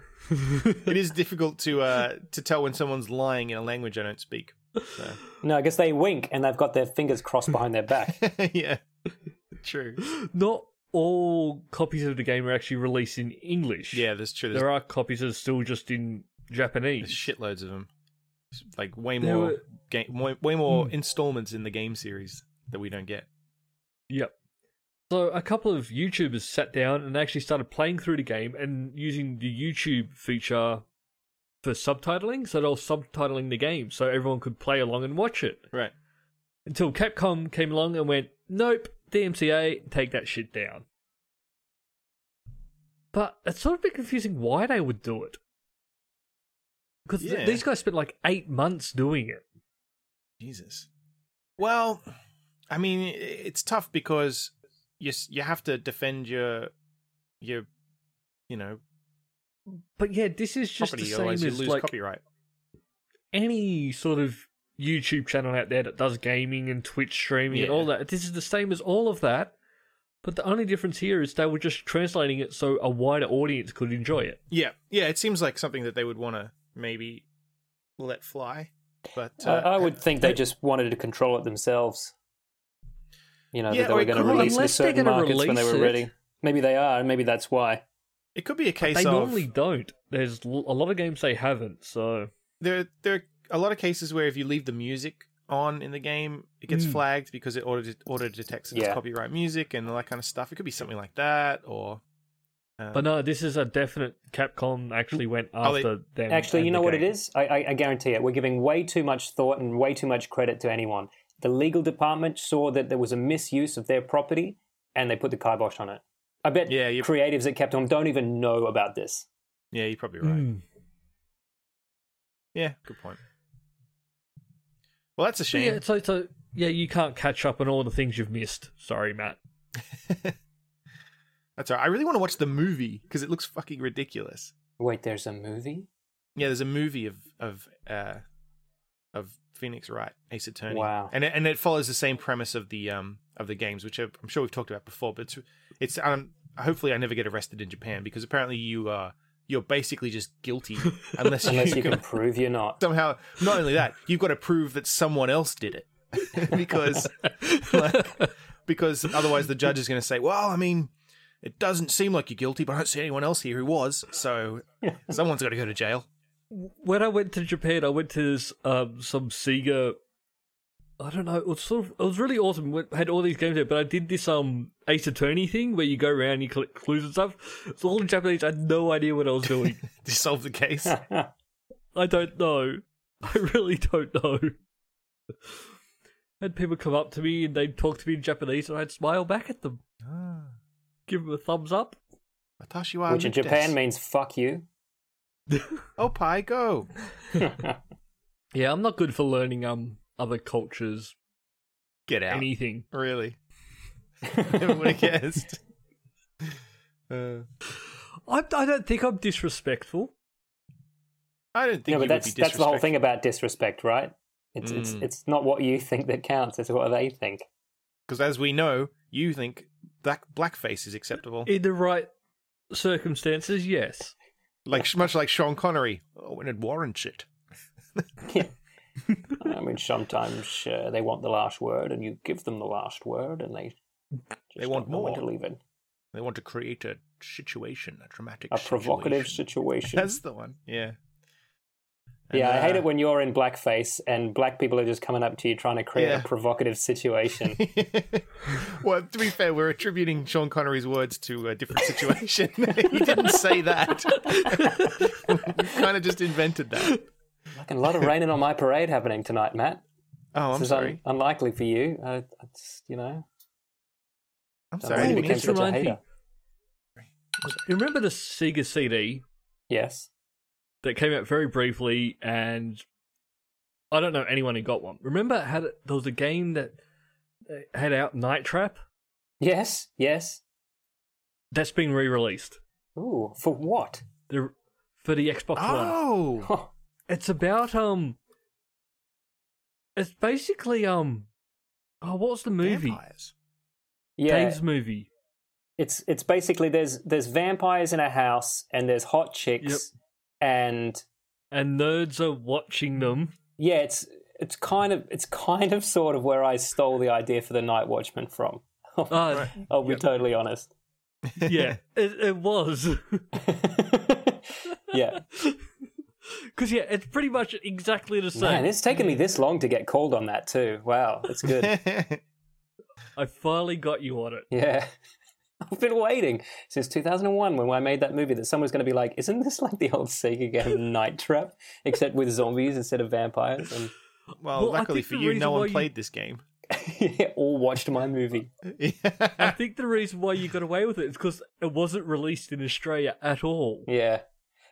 C: it is difficult to uh, to tell when someone's lying in a language I don't speak. So,
B: No, I guess they wink and they've got their fingers crossed behind their back.
C: yeah, true.
A: Not all copies of the game are actually released in English.
C: Yeah, that's true. There's,
A: there are copies that are still just in
C: there's
A: Japanese.
C: shitloads of them. Like way
A: There
C: more
A: were- Hmm.
C: game, way, way more installments in the game series that we don't get.
A: Yep. So a couple of YouTubers sat down and actually started playing through the game and using the YouTube feature for subtitling. So they were subtitling the game so everyone could play along and watch it.
C: Right.
A: Until Capcom came along and went, nope, DMCA, take that shit down. But it's sort of a bit confusing why they would do it. Because th-
C: Yeah.
A: these guys spent like eight months doing it.
C: Jesus. Well, I mean, i- it's tough because you s- you have to defend your your you know
A: But yeah, this is just
C: property,
A: the same
C: otherwise you
A: as
C: lose
A: like
C: copyright.
A: any sort of YouTube channel out there that does gaming and Twitch streaming and all
C: Yeah.
A: that. This is the same as all of that, but the only difference here is they were just translating it so a wider audience could enjoy it.
C: Yeah, yeah. It seems like something that they would want to maybe let fly. But uh,
B: I, I would think they just wanted to control it themselves. You know,
C: Yeah,
B: that they
C: or
B: were
C: it
B: going to
C: could-
B: release it to
A: unless they're
B: certain
A: gonna
B: markets when they
A: release
B: were
A: it.
B: ready. Maybe they are, and maybe that's why.
C: it could be a case
A: They
C: of
A: normally don't. There's l- a lot of games they haven't, so
C: there there are a lot of cases where if you leave the music on in the game, it
A: Mm.
C: gets flagged because it auto auto detects it's
B: Yeah.
C: copyright music and all that kind of stuff. It could be something like that, or uh,
A: But no, this is a definite. Capcom actually went
C: Oh, they-
A: after them.
B: Actually,
A: and
B: you
A: the
B: know what it
A: game.
B: is? I, I, I guarantee it. We're giving way too much thought and way too much credit to anyone. The legal department saw that there was a misuse of their property, and they put the kibosh on it. I bet
C: Yeah, you-
B: creatives at Capcom don't even know about this.
C: yeah, you're probably right.
A: Mm.
C: Yeah, good point. Well, that's a
A: So, yeah,
C: shame.
A: so, so yeah, you can't catch up on all the things you've missed. Sorry, Matt.
C: That's all right. I really want to watch the movie because it looks fucking ridiculous.
B: Wait, there's a movie?
C: Yeah, there's a movie of of uh, of Phoenix Wright, Ace Attorney.
B: Wow.
C: And it, and it follows the same premise of the um of the games, which I've- I'm sure we've talked about before. But it's it's um hopefully I never get arrested in Japan because apparently you uh you're basically just guilty unless,
B: Unless
C: you,
B: you can
C: can
B: prove you're not.
C: somehow. Not only that, you've got to prove that someone else did it because like, because otherwise the judge is going to say, well, I mean. It doesn't seem like you're guilty, but I don't see anyone else here who was. So someone's got to go to jail.
A: When I went to Japan, I went to this, um, some Sega. I don't know. It was sort of. It was really awesome. It had all these games there, but I did this um Ace Attorney thing where you go around and you collect clues and stuff. It's all in Japanese. I had no idea what I was doing.
C: to solve the case.
A: I don't know. I really don't know. Had people come up to me and they'd talk to me in Japanese and I'd smile back at them.
B: Ah.
A: Give them a thumbs up.
C: Watashi wa
B: Which in
C: amides.
B: Japan means fuck you.
C: Oh, pie, go.
A: Yeah, I'm not good for learning um other cultures,
C: Get out.
A: anything.
C: really? Never would have guessed. Uh,
A: I, I don't think I'm disrespectful.
C: I don't think
B: No,
C: you
B: but
C: would
B: that's
C: be
B: that's the whole thing
C: disrespectful.
B: about disrespect, right? It's it's
C: Mm.
B: it's not what you think that counts; it's what they think.
C: Because as we know, you think black blackface is acceptable,
A: In the right circumstances, yes.
C: like much like Sean Connery. Oh, when it warrants it.
B: I mean, sometimes uh, they want the last word, and you give them the last word, and they just
C: They want
B: don't know when
C: more.
B: to leave it.
C: They want to create a situation, a dramatic,
B: A provocative
C: situation.
B: situation.
C: That's the one. Yeah.
B: yeah, I
C: And,
B: hate
C: uh,
B: it when you're in blackface and black people are just coming up to you trying to create
C: Yeah.
B: a provocative situation.
C: well, to be fair, we're attributing Sean Connery's words to a different situation. he didn't say that. we kind of just invented that.
B: Fucking a lot of raining on my parade happening tonight, Matt.
C: Oh, I'm
B: this is
C: sorry.
B: un- unlikely for you. Uh, it's, you know,
C: I'm
B: I don't know
A: Ooh,
B: you
A: it
C: sorry.
B: became
A: just
B: such a
A: reminds me-
B: hater.
A: You remember the Sega CD
B: Yes.
A: that came out very briefly and I don't know anyone who got one. Remember it had there was a game that uh, had out Night Trap
B: Yes. Yes.
A: that's been re-released.
B: Ooh, for what?
A: the for the Xbox One.
C: Oh,
B: Huh.
A: It's about um, it's basically um, oh, what was the movie?
C: vampires.
B: Yeah.
A: Dave's movie.
B: it's it's basically there's there's vampires in a house and there's hot chicks and
A: And nerds are watching them.
B: yeah it's it's kind of it's kind of sort of where I stole the idea for the Night Watchman from.
A: Uh,
B: I'll be totally honest.
A: Yeah, it, it was.
B: yeah,
A: Because, yeah, it's pretty much exactly the same.
B: man, it's taken me this long to get called on that too. Wow, that's good.
A: I finally got you on it.
B: yeah. I've been waiting since 2001 when I made that movie that someone's going to be like, isn't this like the old Sega game Night Trap, except with zombies instead of vampires? And
C: Well,
A: Well, I
C: luckily
A: think
C: for
A: the
C: you,
A: reason
C: no
A: why
C: one
A: you-
C: played this game.
B: yeah, all watched my movie.
A: I think the reason why you got away with it is because it wasn't released in Australia at all.
B: Yeah.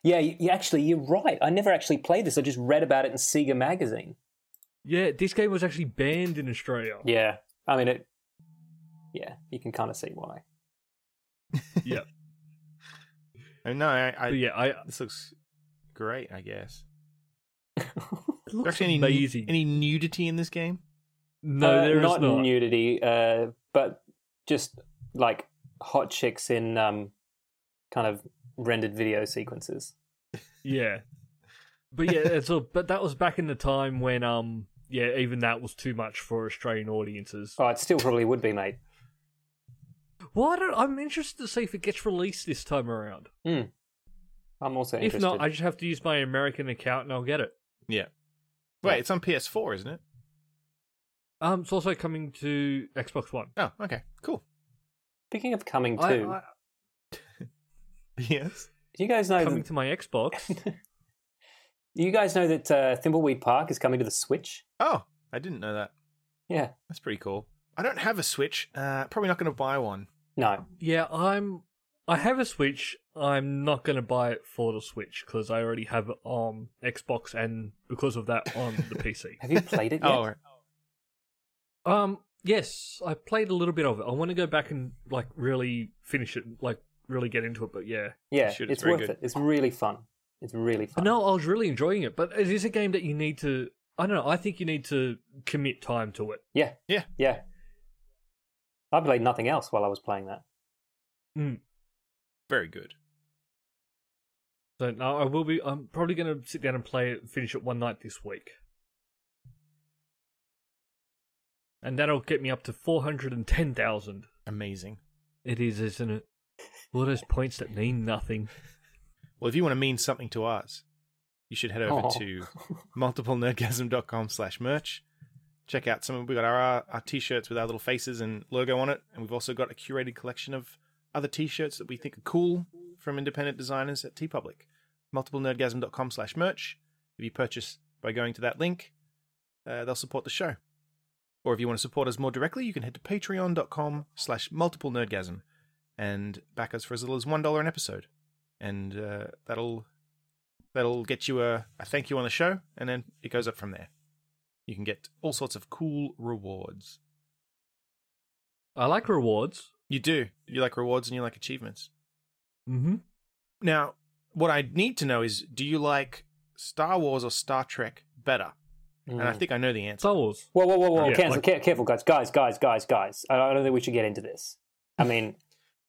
B: Yeah, you, you actually, you're right. I never actually played this. I just read about it in Sega magazine.
A: Yeah, this game was actually banned in Australia.
B: Yeah. I mean, it. Yeah, you can kind of see why.
A: Yeah.
C: Oh, no, I, I,
A: But yeah, I, it
C: this looks great. I guess. Is there
A: looks
C: actually any,
A: amazing.
C: any nudity in this game?
A: no,
B: Uh,
A: there is
B: not
A: not.
B: nudity, uh, but just like hot chicks in um, kind of rendered video sequences.
A: Yeah. But yeah, it's all, but that was back in the time when um yeah, even that was too much for Australian audiences.
B: Oh, it still probably would be, mate.
A: Well, I don't, I'm interested to see if it gets released this time around.
B: Mm. I'm also interested.
A: If not, I just have to use my American account and I'll get it.
C: Yeah. Wait, it's on PS4, isn't it?
A: Um, it's also coming to Xbox One.
C: Oh, okay, cool.
B: Speaking of coming to,
A: I, I,
C: Yes.
B: do you guys know?
A: coming
B: That,
A: to my Xbox.
B: do you guys know that uh, Thimbleweed Park is coming to the Switch?
C: Oh, I didn't know that.
B: Yeah.
C: That's pretty cool. I don't have a Switch. Uh, probably not going to buy one.
B: No.
A: yeah, I'm. I have a Switch. I'm not going to buy it for the Switch because I already have it on Xbox and because of that on the PC.
B: Have you played it yet?
C: Oh, right.
A: Um, yes, I played a little bit of it. I want to go back and like really finish it, like really get into it. But yeah,
B: Yeah,
C: You should, it's
B: it's
C: very
B: worth
C: good.
B: it. It's really fun. It's really
A: I
B: fun.
A: know I was really enjoying it, but it is a game that you need to. I don't know. I think you need to commit time to it.
B: Yeah.
C: Yeah.
B: Yeah. I played nothing else while I was playing that.
A: Mm.
C: very good.
A: So no, I will be. I'm probably going to sit down and play it, finish it one night this week, and that'll get me up to four hundred and ten thousand.
C: Amazing.
A: It is, isn't it? All those points that mean nothing.
C: Well, if you want to mean something to us, you should head over
B: Oh.
C: to multiplenerdgasm.com slash merch. Check out some of we got our our t-shirts with our little faces and logo on it, and we've also got a curated collection of other t-shirts that we think are cool from independent designers at TeePublic. multiplenerdgasm.com slash merch. If you purchase by going to that link, uh, they'll support the show. Or if you want to support us more directly, you can head to patreon.com slash multiple nerdgasm and back us for as little as $1 an episode. And uh, that'll that'll get you a, a thank you on the show, and then it goes up from there. You can get all sorts of cool rewards.
A: I like rewards.
C: You do. You like rewards and you like achievements.
A: Mm-hmm.
C: Now, what I need to know is do you like Star Wars or Star Trek better? And I think I know the answer.
A: Star Wars.
B: Mm. Whoa, whoa, whoa, whoa!
A: Yeah,
B: Cancel,
A: like-
B: care- careful, guys, guys, guys, guys, guys. I I don't think we should get into this. I mean,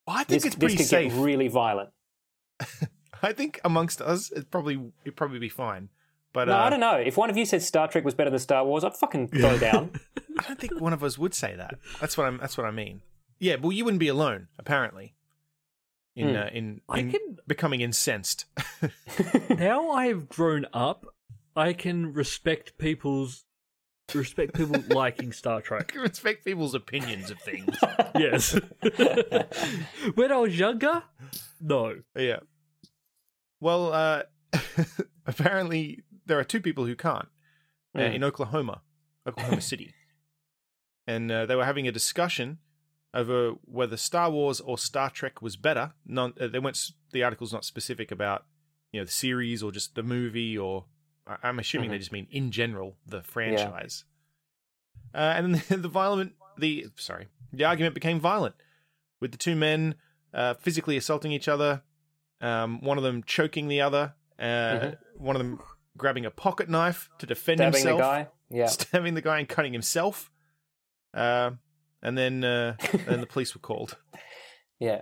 C: I think
B: this,
C: it's
B: this
C: pretty
B: could
C: safe.
B: get really violent.
C: I think amongst us, it probably it'd probably be fine. But
B: no,
C: uh,
B: I don't know. If one of you said Star Trek was better than Star Wars, I'd fucking throw down.
C: I don't think one of us would say that. That's what I'm. That's what I mean. Yeah, well, you wouldn't be alone, apparently. In
B: Hmm.
C: uh, in,
A: I
C: in
A: can-
C: becoming incensed.
A: now I have grown up, I can respect people's respect people liking Star Trek.
C: can respect people's opinions of things.
A: Yes. when I was younger, no.
C: yeah. Well, uh, apparently there are two people who can't uh,
B: Mm.
C: in Oklahoma, Oklahoma City, and uh, they were having a discussion over whether Star Wars or Star Trek was better. Non, uh, they weren't. s- The article's not specific about you know the series or just the movie or I- I'm assuming they just mean in general the franchise. Uh, and then the, the violent the sorry the argument became violent with the two men uh, physically assaulting each other. Um, one of them choking the other. Uh, One of them grabbing a pocket knife to defend
B: Mm-hmm. Stabbing
C: himself,
B: the guy. Yeah.
C: stabbing the guy and cutting himself. Uh, and then uh, then the police were called.
B: Yeah.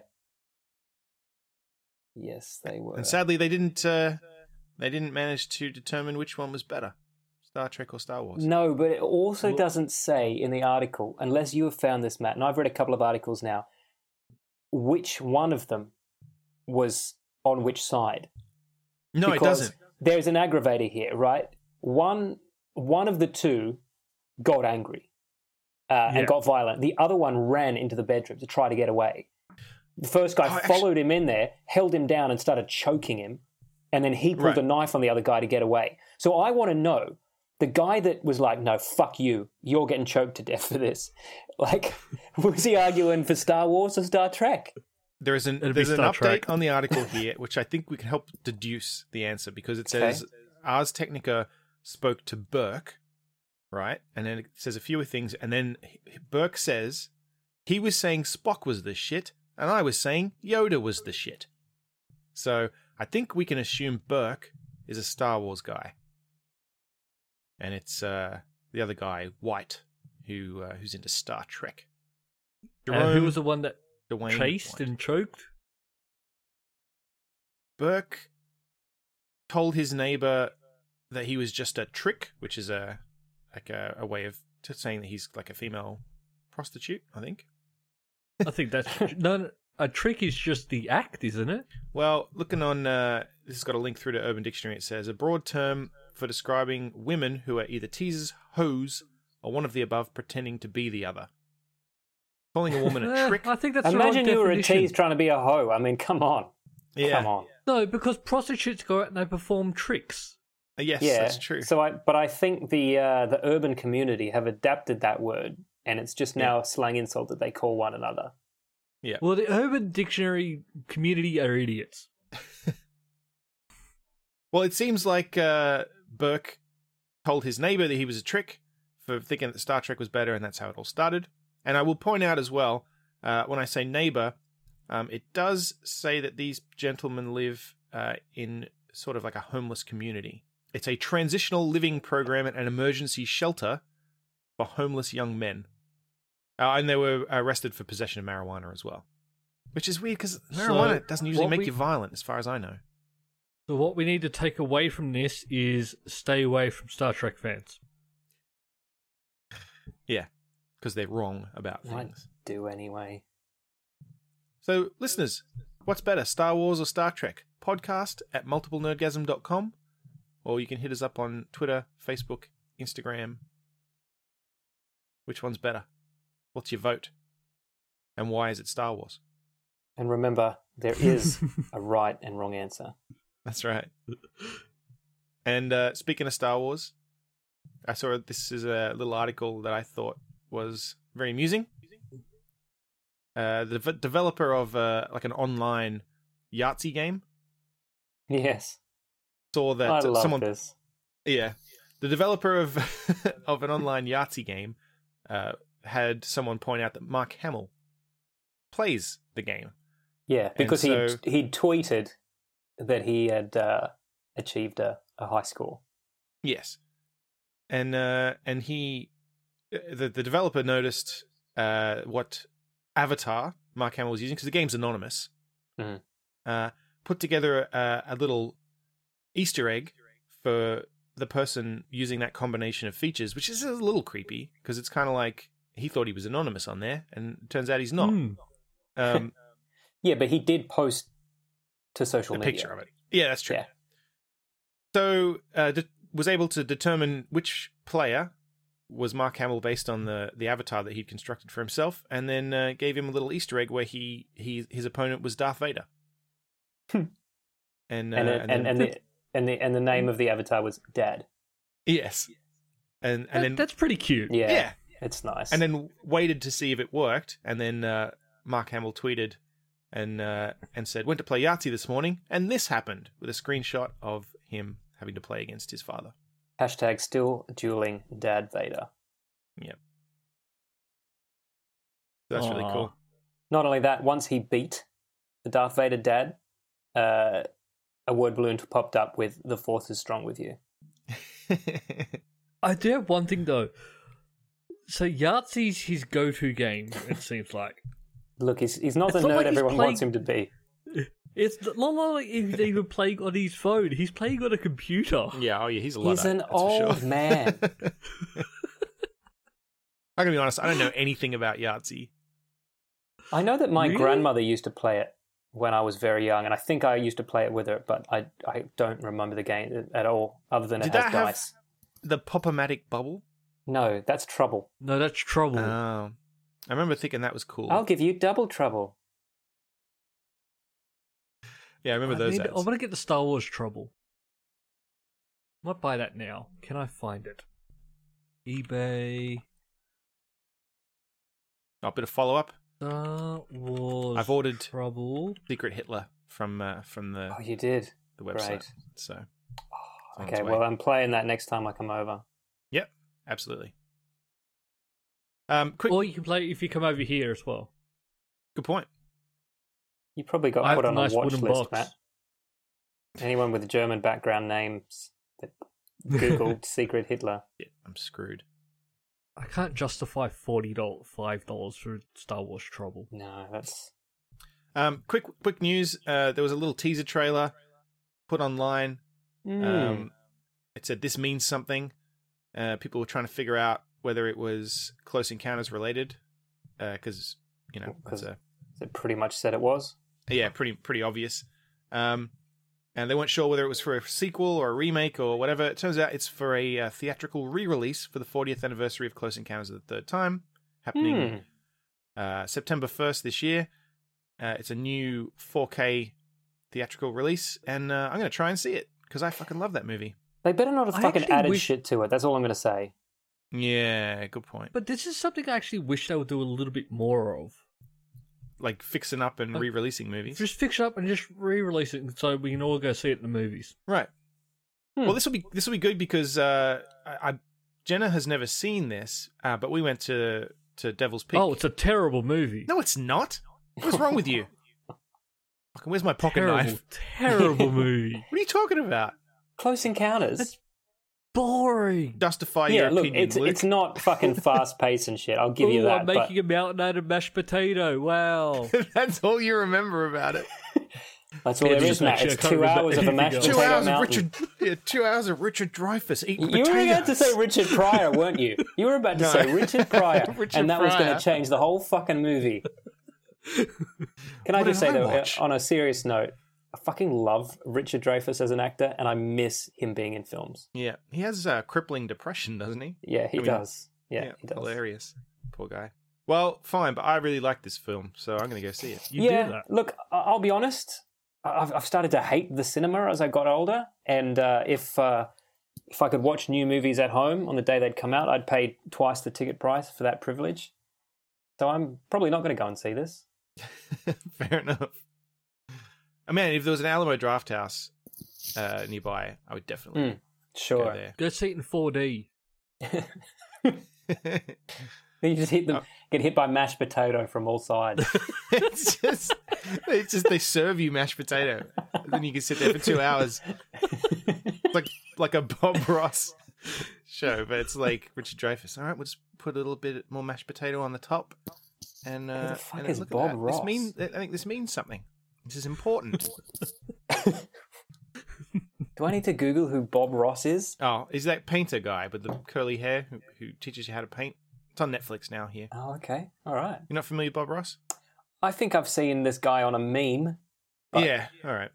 B: Yes, they were.
C: And sadly, they didn't uh, they didn't manage to determine which one was better, Star Trek or Star Wars.
B: No, but it also doesn't say in the article, unless you have found this, Matt, and I've read a couple of articles now, which one of them was on which side.
C: No, it
B: Because
C: doesn't.
B: There's an aggravator here, right? One one of the two got angry uh,
A: Yeah.
B: and got violent. The other one ran into the bedroom to try to get away. The first guy
C: Oh, actually-
B: followed him in there, held him down, and started choking him. And then he pulled
C: Right.
B: a knife on the other guy to get away. So I want to know the guy that was like, "No, fuck you, you're getting choked to death for this." Like, was he arguing for Star Wars or Star Trek?
C: There is an
A: It'd be
C: there's an
A: Star
C: update
A: Trek.
C: on the article here, which I think we can help deduce the answer because it
B: Okay.
C: says Ars Technica spoke to Burke, right? And then it says a few things, and then he- Burke says he was saying Spock was the shit, and I was saying Yoda was the shit. So I think we can assume Burke is a Star Wars guy, and it's uh, the other guy White who uh, who's into Star Trek.
A: And who was the
C: Jerome
A: one that
C: Dwayne
A: chased
C: White.
A: and choked?
C: Burke told his neighbor that he was just a trick, which is a like a, a way of t- saying that he's like a female prostitute. I think.
A: I think that's no, no. A trick is just the act, isn't it?
C: Well, looking on, uh, this has got a link through to Urban Dictionary. It says a broad term for describing women who are either teasers, hoes, or one of the above, pretending to be the other. Calling a woman
A: Eh,
C: a trick.
A: I think that's the
B: Uh, Imagine
A: wrong
B: you were a
A: definition.
B: tease trying to be a hoe. I mean, come on.
C: yeah.
B: Come on.
A: No, because prostitutes go out and they perform tricks.
C: Yes,
B: yeah.
C: that's true.
B: So I but I think the uh, the urban community have adapted that word and it's just now a slang insult that they call one another.
C: yeah.
A: Well, the Urban Dictionary community are idiots.
C: Well, it seems like uh, Burke told his neighbor that he was a trick for thinking that Star Trek was better, and that's how it all started. And I will point out as well, uh, when I say neighbor, um, it does say that these gentlemen live uh, in sort of like a homeless community. It's a transitional living program at an emergency shelter for homeless young men. Uh, and they were arrested for possession of marijuana as well. Which is weird because marijuana doesn't usually
A: what
C: make
A: we-
C: you violent, as far as I know.
A: So what we need to take away from this is stay away from Star Trek fans.
C: Yeah, because they're wrong about
B: I
C: things.
B: do anyway.
C: So, listeners, what's better, Star Wars or Star Trek? Podcast at multiplenerdgasm.com, or you can hit us up on Twitter, Facebook, Instagram. Which one's better? What's your vote? And why is it Star Wars?
B: And remember, there is a right and wrong answer.
C: That's right. And uh, speaking of Star Wars, I saw this is a little article that I thought was very amusing. Uh, the v- developer of uh, like an online Yahtzee game
B: Yes.
C: saw that uh,
B: I love
C: someone,
B: this.
C: yeah, the developer of of an online Yahtzee game uh, had someone point out that Mark Hamill plays the game.
B: Yeah, because
C: so-
B: he he tweeted that he had uh, achieved a, a high score.
C: Yes, and uh, and he, uh, the the developer noticed uh, what avatar Mark Hamill was using because the game's anonymous.
B: Mhm.
C: Uh, put together a, a little Easter egg for the person using that combination of features, which is a little creepy because it's kind of like he thought he was anonymous on there, and it turns out he's not.
A: Hmm.
C: Um,
B: Yeah, but he did post to social
C: a
B: media.
C: picture of it. Yeah, that's true.
B: Yeah.
C: So uh, de- was able to determine which player was Mark Hamill based on the the avatar that he'd constructed for himself, and then uh, gave him a little Easter egg where he, he his opponent was Darth Vader. and, uh,
B: Hmm. and, it, and,
C: then-
B: and, the, and the and the name of the avatar was Dad.
C: yes, and and
A: That-
C: then
A: that's pretty cute.
B: Yeah,
C: yeah,
B: it's nice.
C: and then waited to see if it worked, and then uh, Mark Hamill tweeted and uh, and said, "Went to play Yahtzee this morning, and this happened." With a screenshot of him having to play against his father.
B: hashtag still dueling Dad Vader.
C: Yep. That's really
A: Aw.
C: cool.
B: Not only that, once he beat the Darth Vader Dad, uh, a word balloon popped up with "The Force is strong with you."
A: I do have one thing though. So Yahtzee's his go-to game. It seems like
B: Look, he's he's not
A: It's
B: the
A: not
B: nerd
A: like he's
B: everyone wants him
A: playing-
B: to be.
A: it's not like he's even playing on his phone. He's playing on a computer.
C: yeah, oh yeah, he's a lot.
B: He's an old man.
C: I'm gonna be honest. I don't know anything about Yahtzee.
B: I know that my
A: Really?
B: grandmother used to play it when I was very young, and I think I used to play it with her, but I I don't remember the game uh, at all, other than
C: Did
B: it
C: that
B: has
C: have-
B: dice.
C: The Popomatic Bubble.
B: No, that's trouble.
A: No, that's trouble.
B: Uh,
C: Um, I remember thinking that was cool.
B: I'll give you double trouble.
C: yeah, I remember
A: I
C: those.
A: need- I
C: ads.
A: want to get the Star Wars Trouble. Might buy that now. Can I find it? eBay.
C: Oh, a bit of follow up.
A: Star Wars.
C: I've ordered-
A: Trouble.
C: Secret Hitler from uh, from the
B: Oh, you did.
C: the website.
B: Right.
C: So it's on its
B: Okay,
C: way.
B: well, uh, I'm playing that next time I come over.
C: yep, absolutely. Um, quick,
A: Or you can play it if you come over here as well.
C: good point.
B: You probably got
A: I have
B: put
A: a
B: on
A: nice
B: a watch
A: wooden
B: list,
A: box.
B: Matt. Anyone with German background names that googled Secret Hitler.
C: Yeah, I'm screwed.
A: I can't justify forty dollars, five dollars for Star Wars Trouble.
B: No, that's
C: Um, quick, quick news. Uh, there was a little teaser trailer put online.
B: Mm.
C: Um, It said this means something. Uh, people were trying to figure out whether it was Close Encounters related, because you know it's a
B: It pretty much said it was.
C: yeah, pretty pretty obvious. Um, and they weren't sure whether it was for a sequel or a remake or whatever. It turns out it's for a uh, theatrical re-release for the 40th anniversary of Close Encounters of the Third Time, happening uh, September 1st this year. Uh, it's a new 4K theatrical release, and uh, I'm going to try and see it because I fucking love that movie.
B: They better not have
A: I
B: fucking
A: actually
B: added
A: wish-
B: shit to it. That's all I'm going to say.
C: Yeah, good point.
A: But this is something I actually wish they would do a little bit more of.
C: Like fixing up and
A: Uh,
C: re-releasing movies,
A: Just fix it up and just re-release it so we can all go see it in the movies.
C: right?
B: Hmm.
C: Well, this will be this will be good because uh, I, I Jenna has never seen this, uh, but we went to to Devil's Peak.
A: Oh, it's a terrible movie.
C: No, it's not. What's wrong with you? Fucking, where's my pocket
A: terrible,
C: knife?
A: terrible movie.
C: What are you talking about?
B: Close Encounters.
A: That's Boring.
C: Justify
B: yeah,
C: your
B: look,
C: opinion,
B: it's
C: Luke.
B: it's not fucking fast paced and shit. I'll give you
A: Ooh,
B: that.
A: I'm
B: but-
A: making a mountain out of mashed potato. Wow.
C: That's all you remember about it.
B: That's all
A: Yeah,
B: there
A: just
B: is, Matt.
A: actually,
B: It's
A: I can't
B: two
A: remember
B: hours of a
A: anything
B: mashed
A: else.
C: Two
B: potato
C: hours of
B: mountain.
C: Richard. Yeah, two hours of Richard Dreyfus eating
B: You were about to
C: potatoes.
B: say Richard Pryor, weren't you? You were about to
C: No.
B: say Richard Pryor,
C: Richard
B: and that was going
C: Pryor.
B: to change the whole fucking movie. Can I
C: What
B: just
C: did
B: say
C: I
B: though,
C: watch?
B: uh, on a serious note, I fucking love Richard Dreyfuss as an actor, and I miss him being in films.
C: Yeah, he has uh, crippling depression, doesn't he?
B: Yeah, he
C: I mean,
B: does. Yeah, he does.
C: hilarious. Poor guy. Well, fine, but I really like this film, so I'm going to go see it.
A: You
B: yeah,
A: do that.
B: look, I- I'll be honest. I- I've, I've started to hate the cinema as I got older, and uh, if uh, if I could watch new movies at home on the day they'd come out, I'd pay twice the ticket price for that privilege. So I'm probably not going to go and see this.
C: Fair enough. I mean, if there was an Alamo Draft House uh, nearby, I would definitely
B: Mm,
C: go
B: Sure.
C: there.
A: Go see it in 4D.
B: Then you just hit
A: Oh.
B: them, get hit by mashed potato from all sides.
C: it's just it's just they serve you mashed potato. And then you can sit there for two hours. It's like like a Bob Ross show, but it's like Richard Dreyfuss. All right, we'll just put a little bit more mashed potato on the top. And uh
B: Who the fuck
C: and then
B: is
C: look at
B: Bob
C: that.
B: Ross?
C: This means I think this means something. This is important.
B: Do I need to Google who Bob Ross is?
C: oh, is that painter guy with the curly hair who, who teaches you how to paint? It's on Netflix now here.
B: Oh, okay, all right.
C: You're not familiar with Bob Ross?
B: I think I've seen this guy on a meme. But-
C: yeah. All right.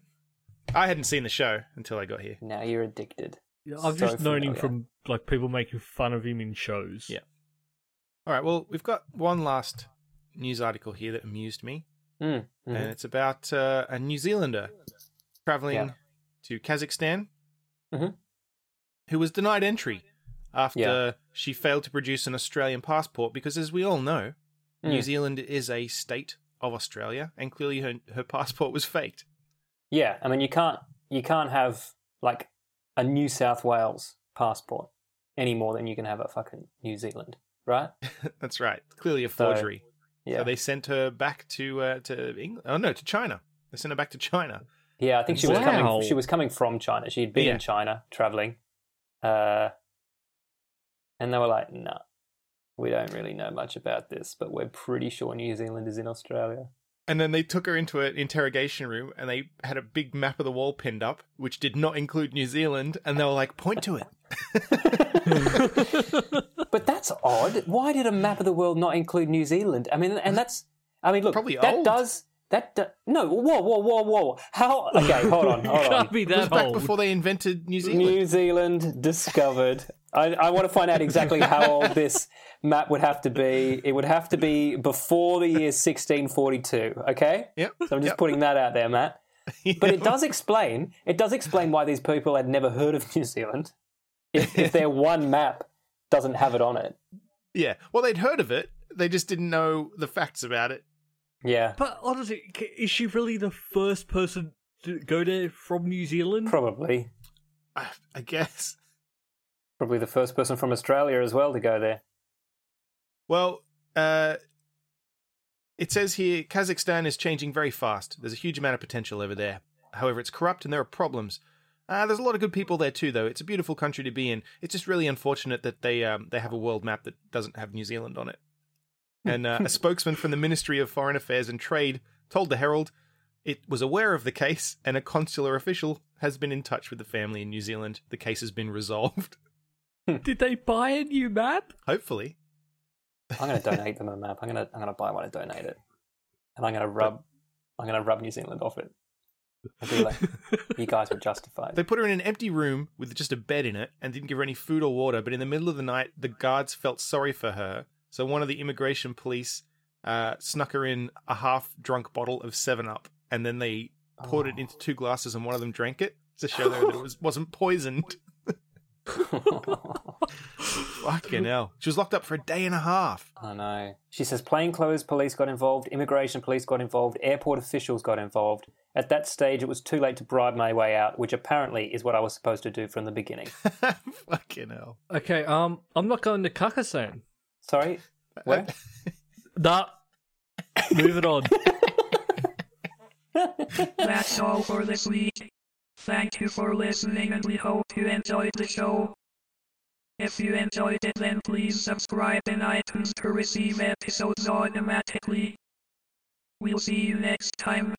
C: I hadn't seen the show until I got here.
B: Now you're addicted.
A: Yeah, I've
B: So
A: just known him
B: familiar.
A: from like people making fun of him in shows.
C: Yeah. All right. Well, we've got one last news article here that amused me,
B: Mm, mhm.
C: and it's about uh, a New Zealander traveling
B: Yeah.
C: to Kazakhstan
B: Mhm.
C: who was denied entry after
B: Yeah.
C: she failed to produce an Australian passport because, as we all know, New
B: Mm.
C: Zealand is a state of Australia, and clearly her, her passport was faked.
B: Yeah, I mean you can't you can't have like a New South Wales passport any more than you can have a fucking New Zealand, right?
C: That's right. Clearly a
B: So-
C: forgery.
B: Yeah,
C: So they sent her back to uh, to England. Oh no, to China. They sent her back to China.
B: yeah. I think she was
A: Wow.
B: coming. She was coming from China. She had been
C: Yeah.
B: in China traveling, uh, and they were like, "No, we don't really know much about this, but we're pretty sure New Zealand is in Australia."
C: And then they took her into an interrogation room and they had a big map of the wall pinned up, which did not include New Zealand. And they were like, point to it.
B: But that's odd. Why did a map of the world not include New Zealand? I mean, and that's. I mean, look,
C: Probably
B: that
C: old.
B: does. That do, no, whoa, whoa, whoa, whoa! How? Okay, hold on, hold on.
A: Can't be
C: It was
A: that
C: back
A: old.
C: before they invented New Zealand.
B: New Zealand discovered. I, I want to find out exactly how old this map would have to be. It would have to be before the year 1642. Okay,
C: Yep.
B: so I'm just putting that out there, Matt. But it does explain. It does explain why these people had never heard of New Zealand, if, if their one map doesn't have it on it.
C: Yeah. Well, they'd heard of it. They just didn't know the facts about it.
B: Yeah,
A: But honestly, c- is she really the first person to go there from New Zealand?
B: probably.
C: I, I guess.
B: Probably the first person from Australia as well to go there.
C: Well, uh, it says here Kazakhstan is changing very fast. There's a huge amount of potential over there. However, it's corrupt and there are problems. Uh, there's a lot of good people there too, though. It's a beautiful country to be in. It's just really unfortunate that they um, they have a world map that doesn't have New Zealand on it. And uh, a spokesman from the Ministry of Foreign Affairs and Trade told the Herald, It was aware of the case, and a consular official has been in touch with the family in New Zealand. The case has been resolved,
A: Did they buy a new map?
C: hopefully.
B: I'm going to donate them a map. I'm going to I'm going to buy one and donate it, and I'm going to rub I'm going to rub New Zealand off it. I'll be like, you guys were justified.
C: They put her in an empty room with just a bed in it and didn't give her any food or water. But in the middle of the night, the guards felt sorry for her. So one of the immigration police uh, snuck her in a half drunk bottle of 7 Up and then they poured it into two glasses and one of them drank it to show her that it was, wasn't poisoned. Fucking hell. She was locked up for a day and a half.
B: I know. She says plainclothes police got involved, immigration police got involved, airport officials got involved. At that stage, it was too late to bribe my way out, which apparently is what I was supposed to do from the beginning.
C: Fucking hell.
A: Okay, um, I'm not going to Kakasan.
B: Sorry? Where?
A: Nah. Move it on.
I: That's all for this week. Thank you for listening and we hope you enjoyed the show. If you enjoyed it then please subscribe in iTunes to receive episodes automatically. We'll see you next time.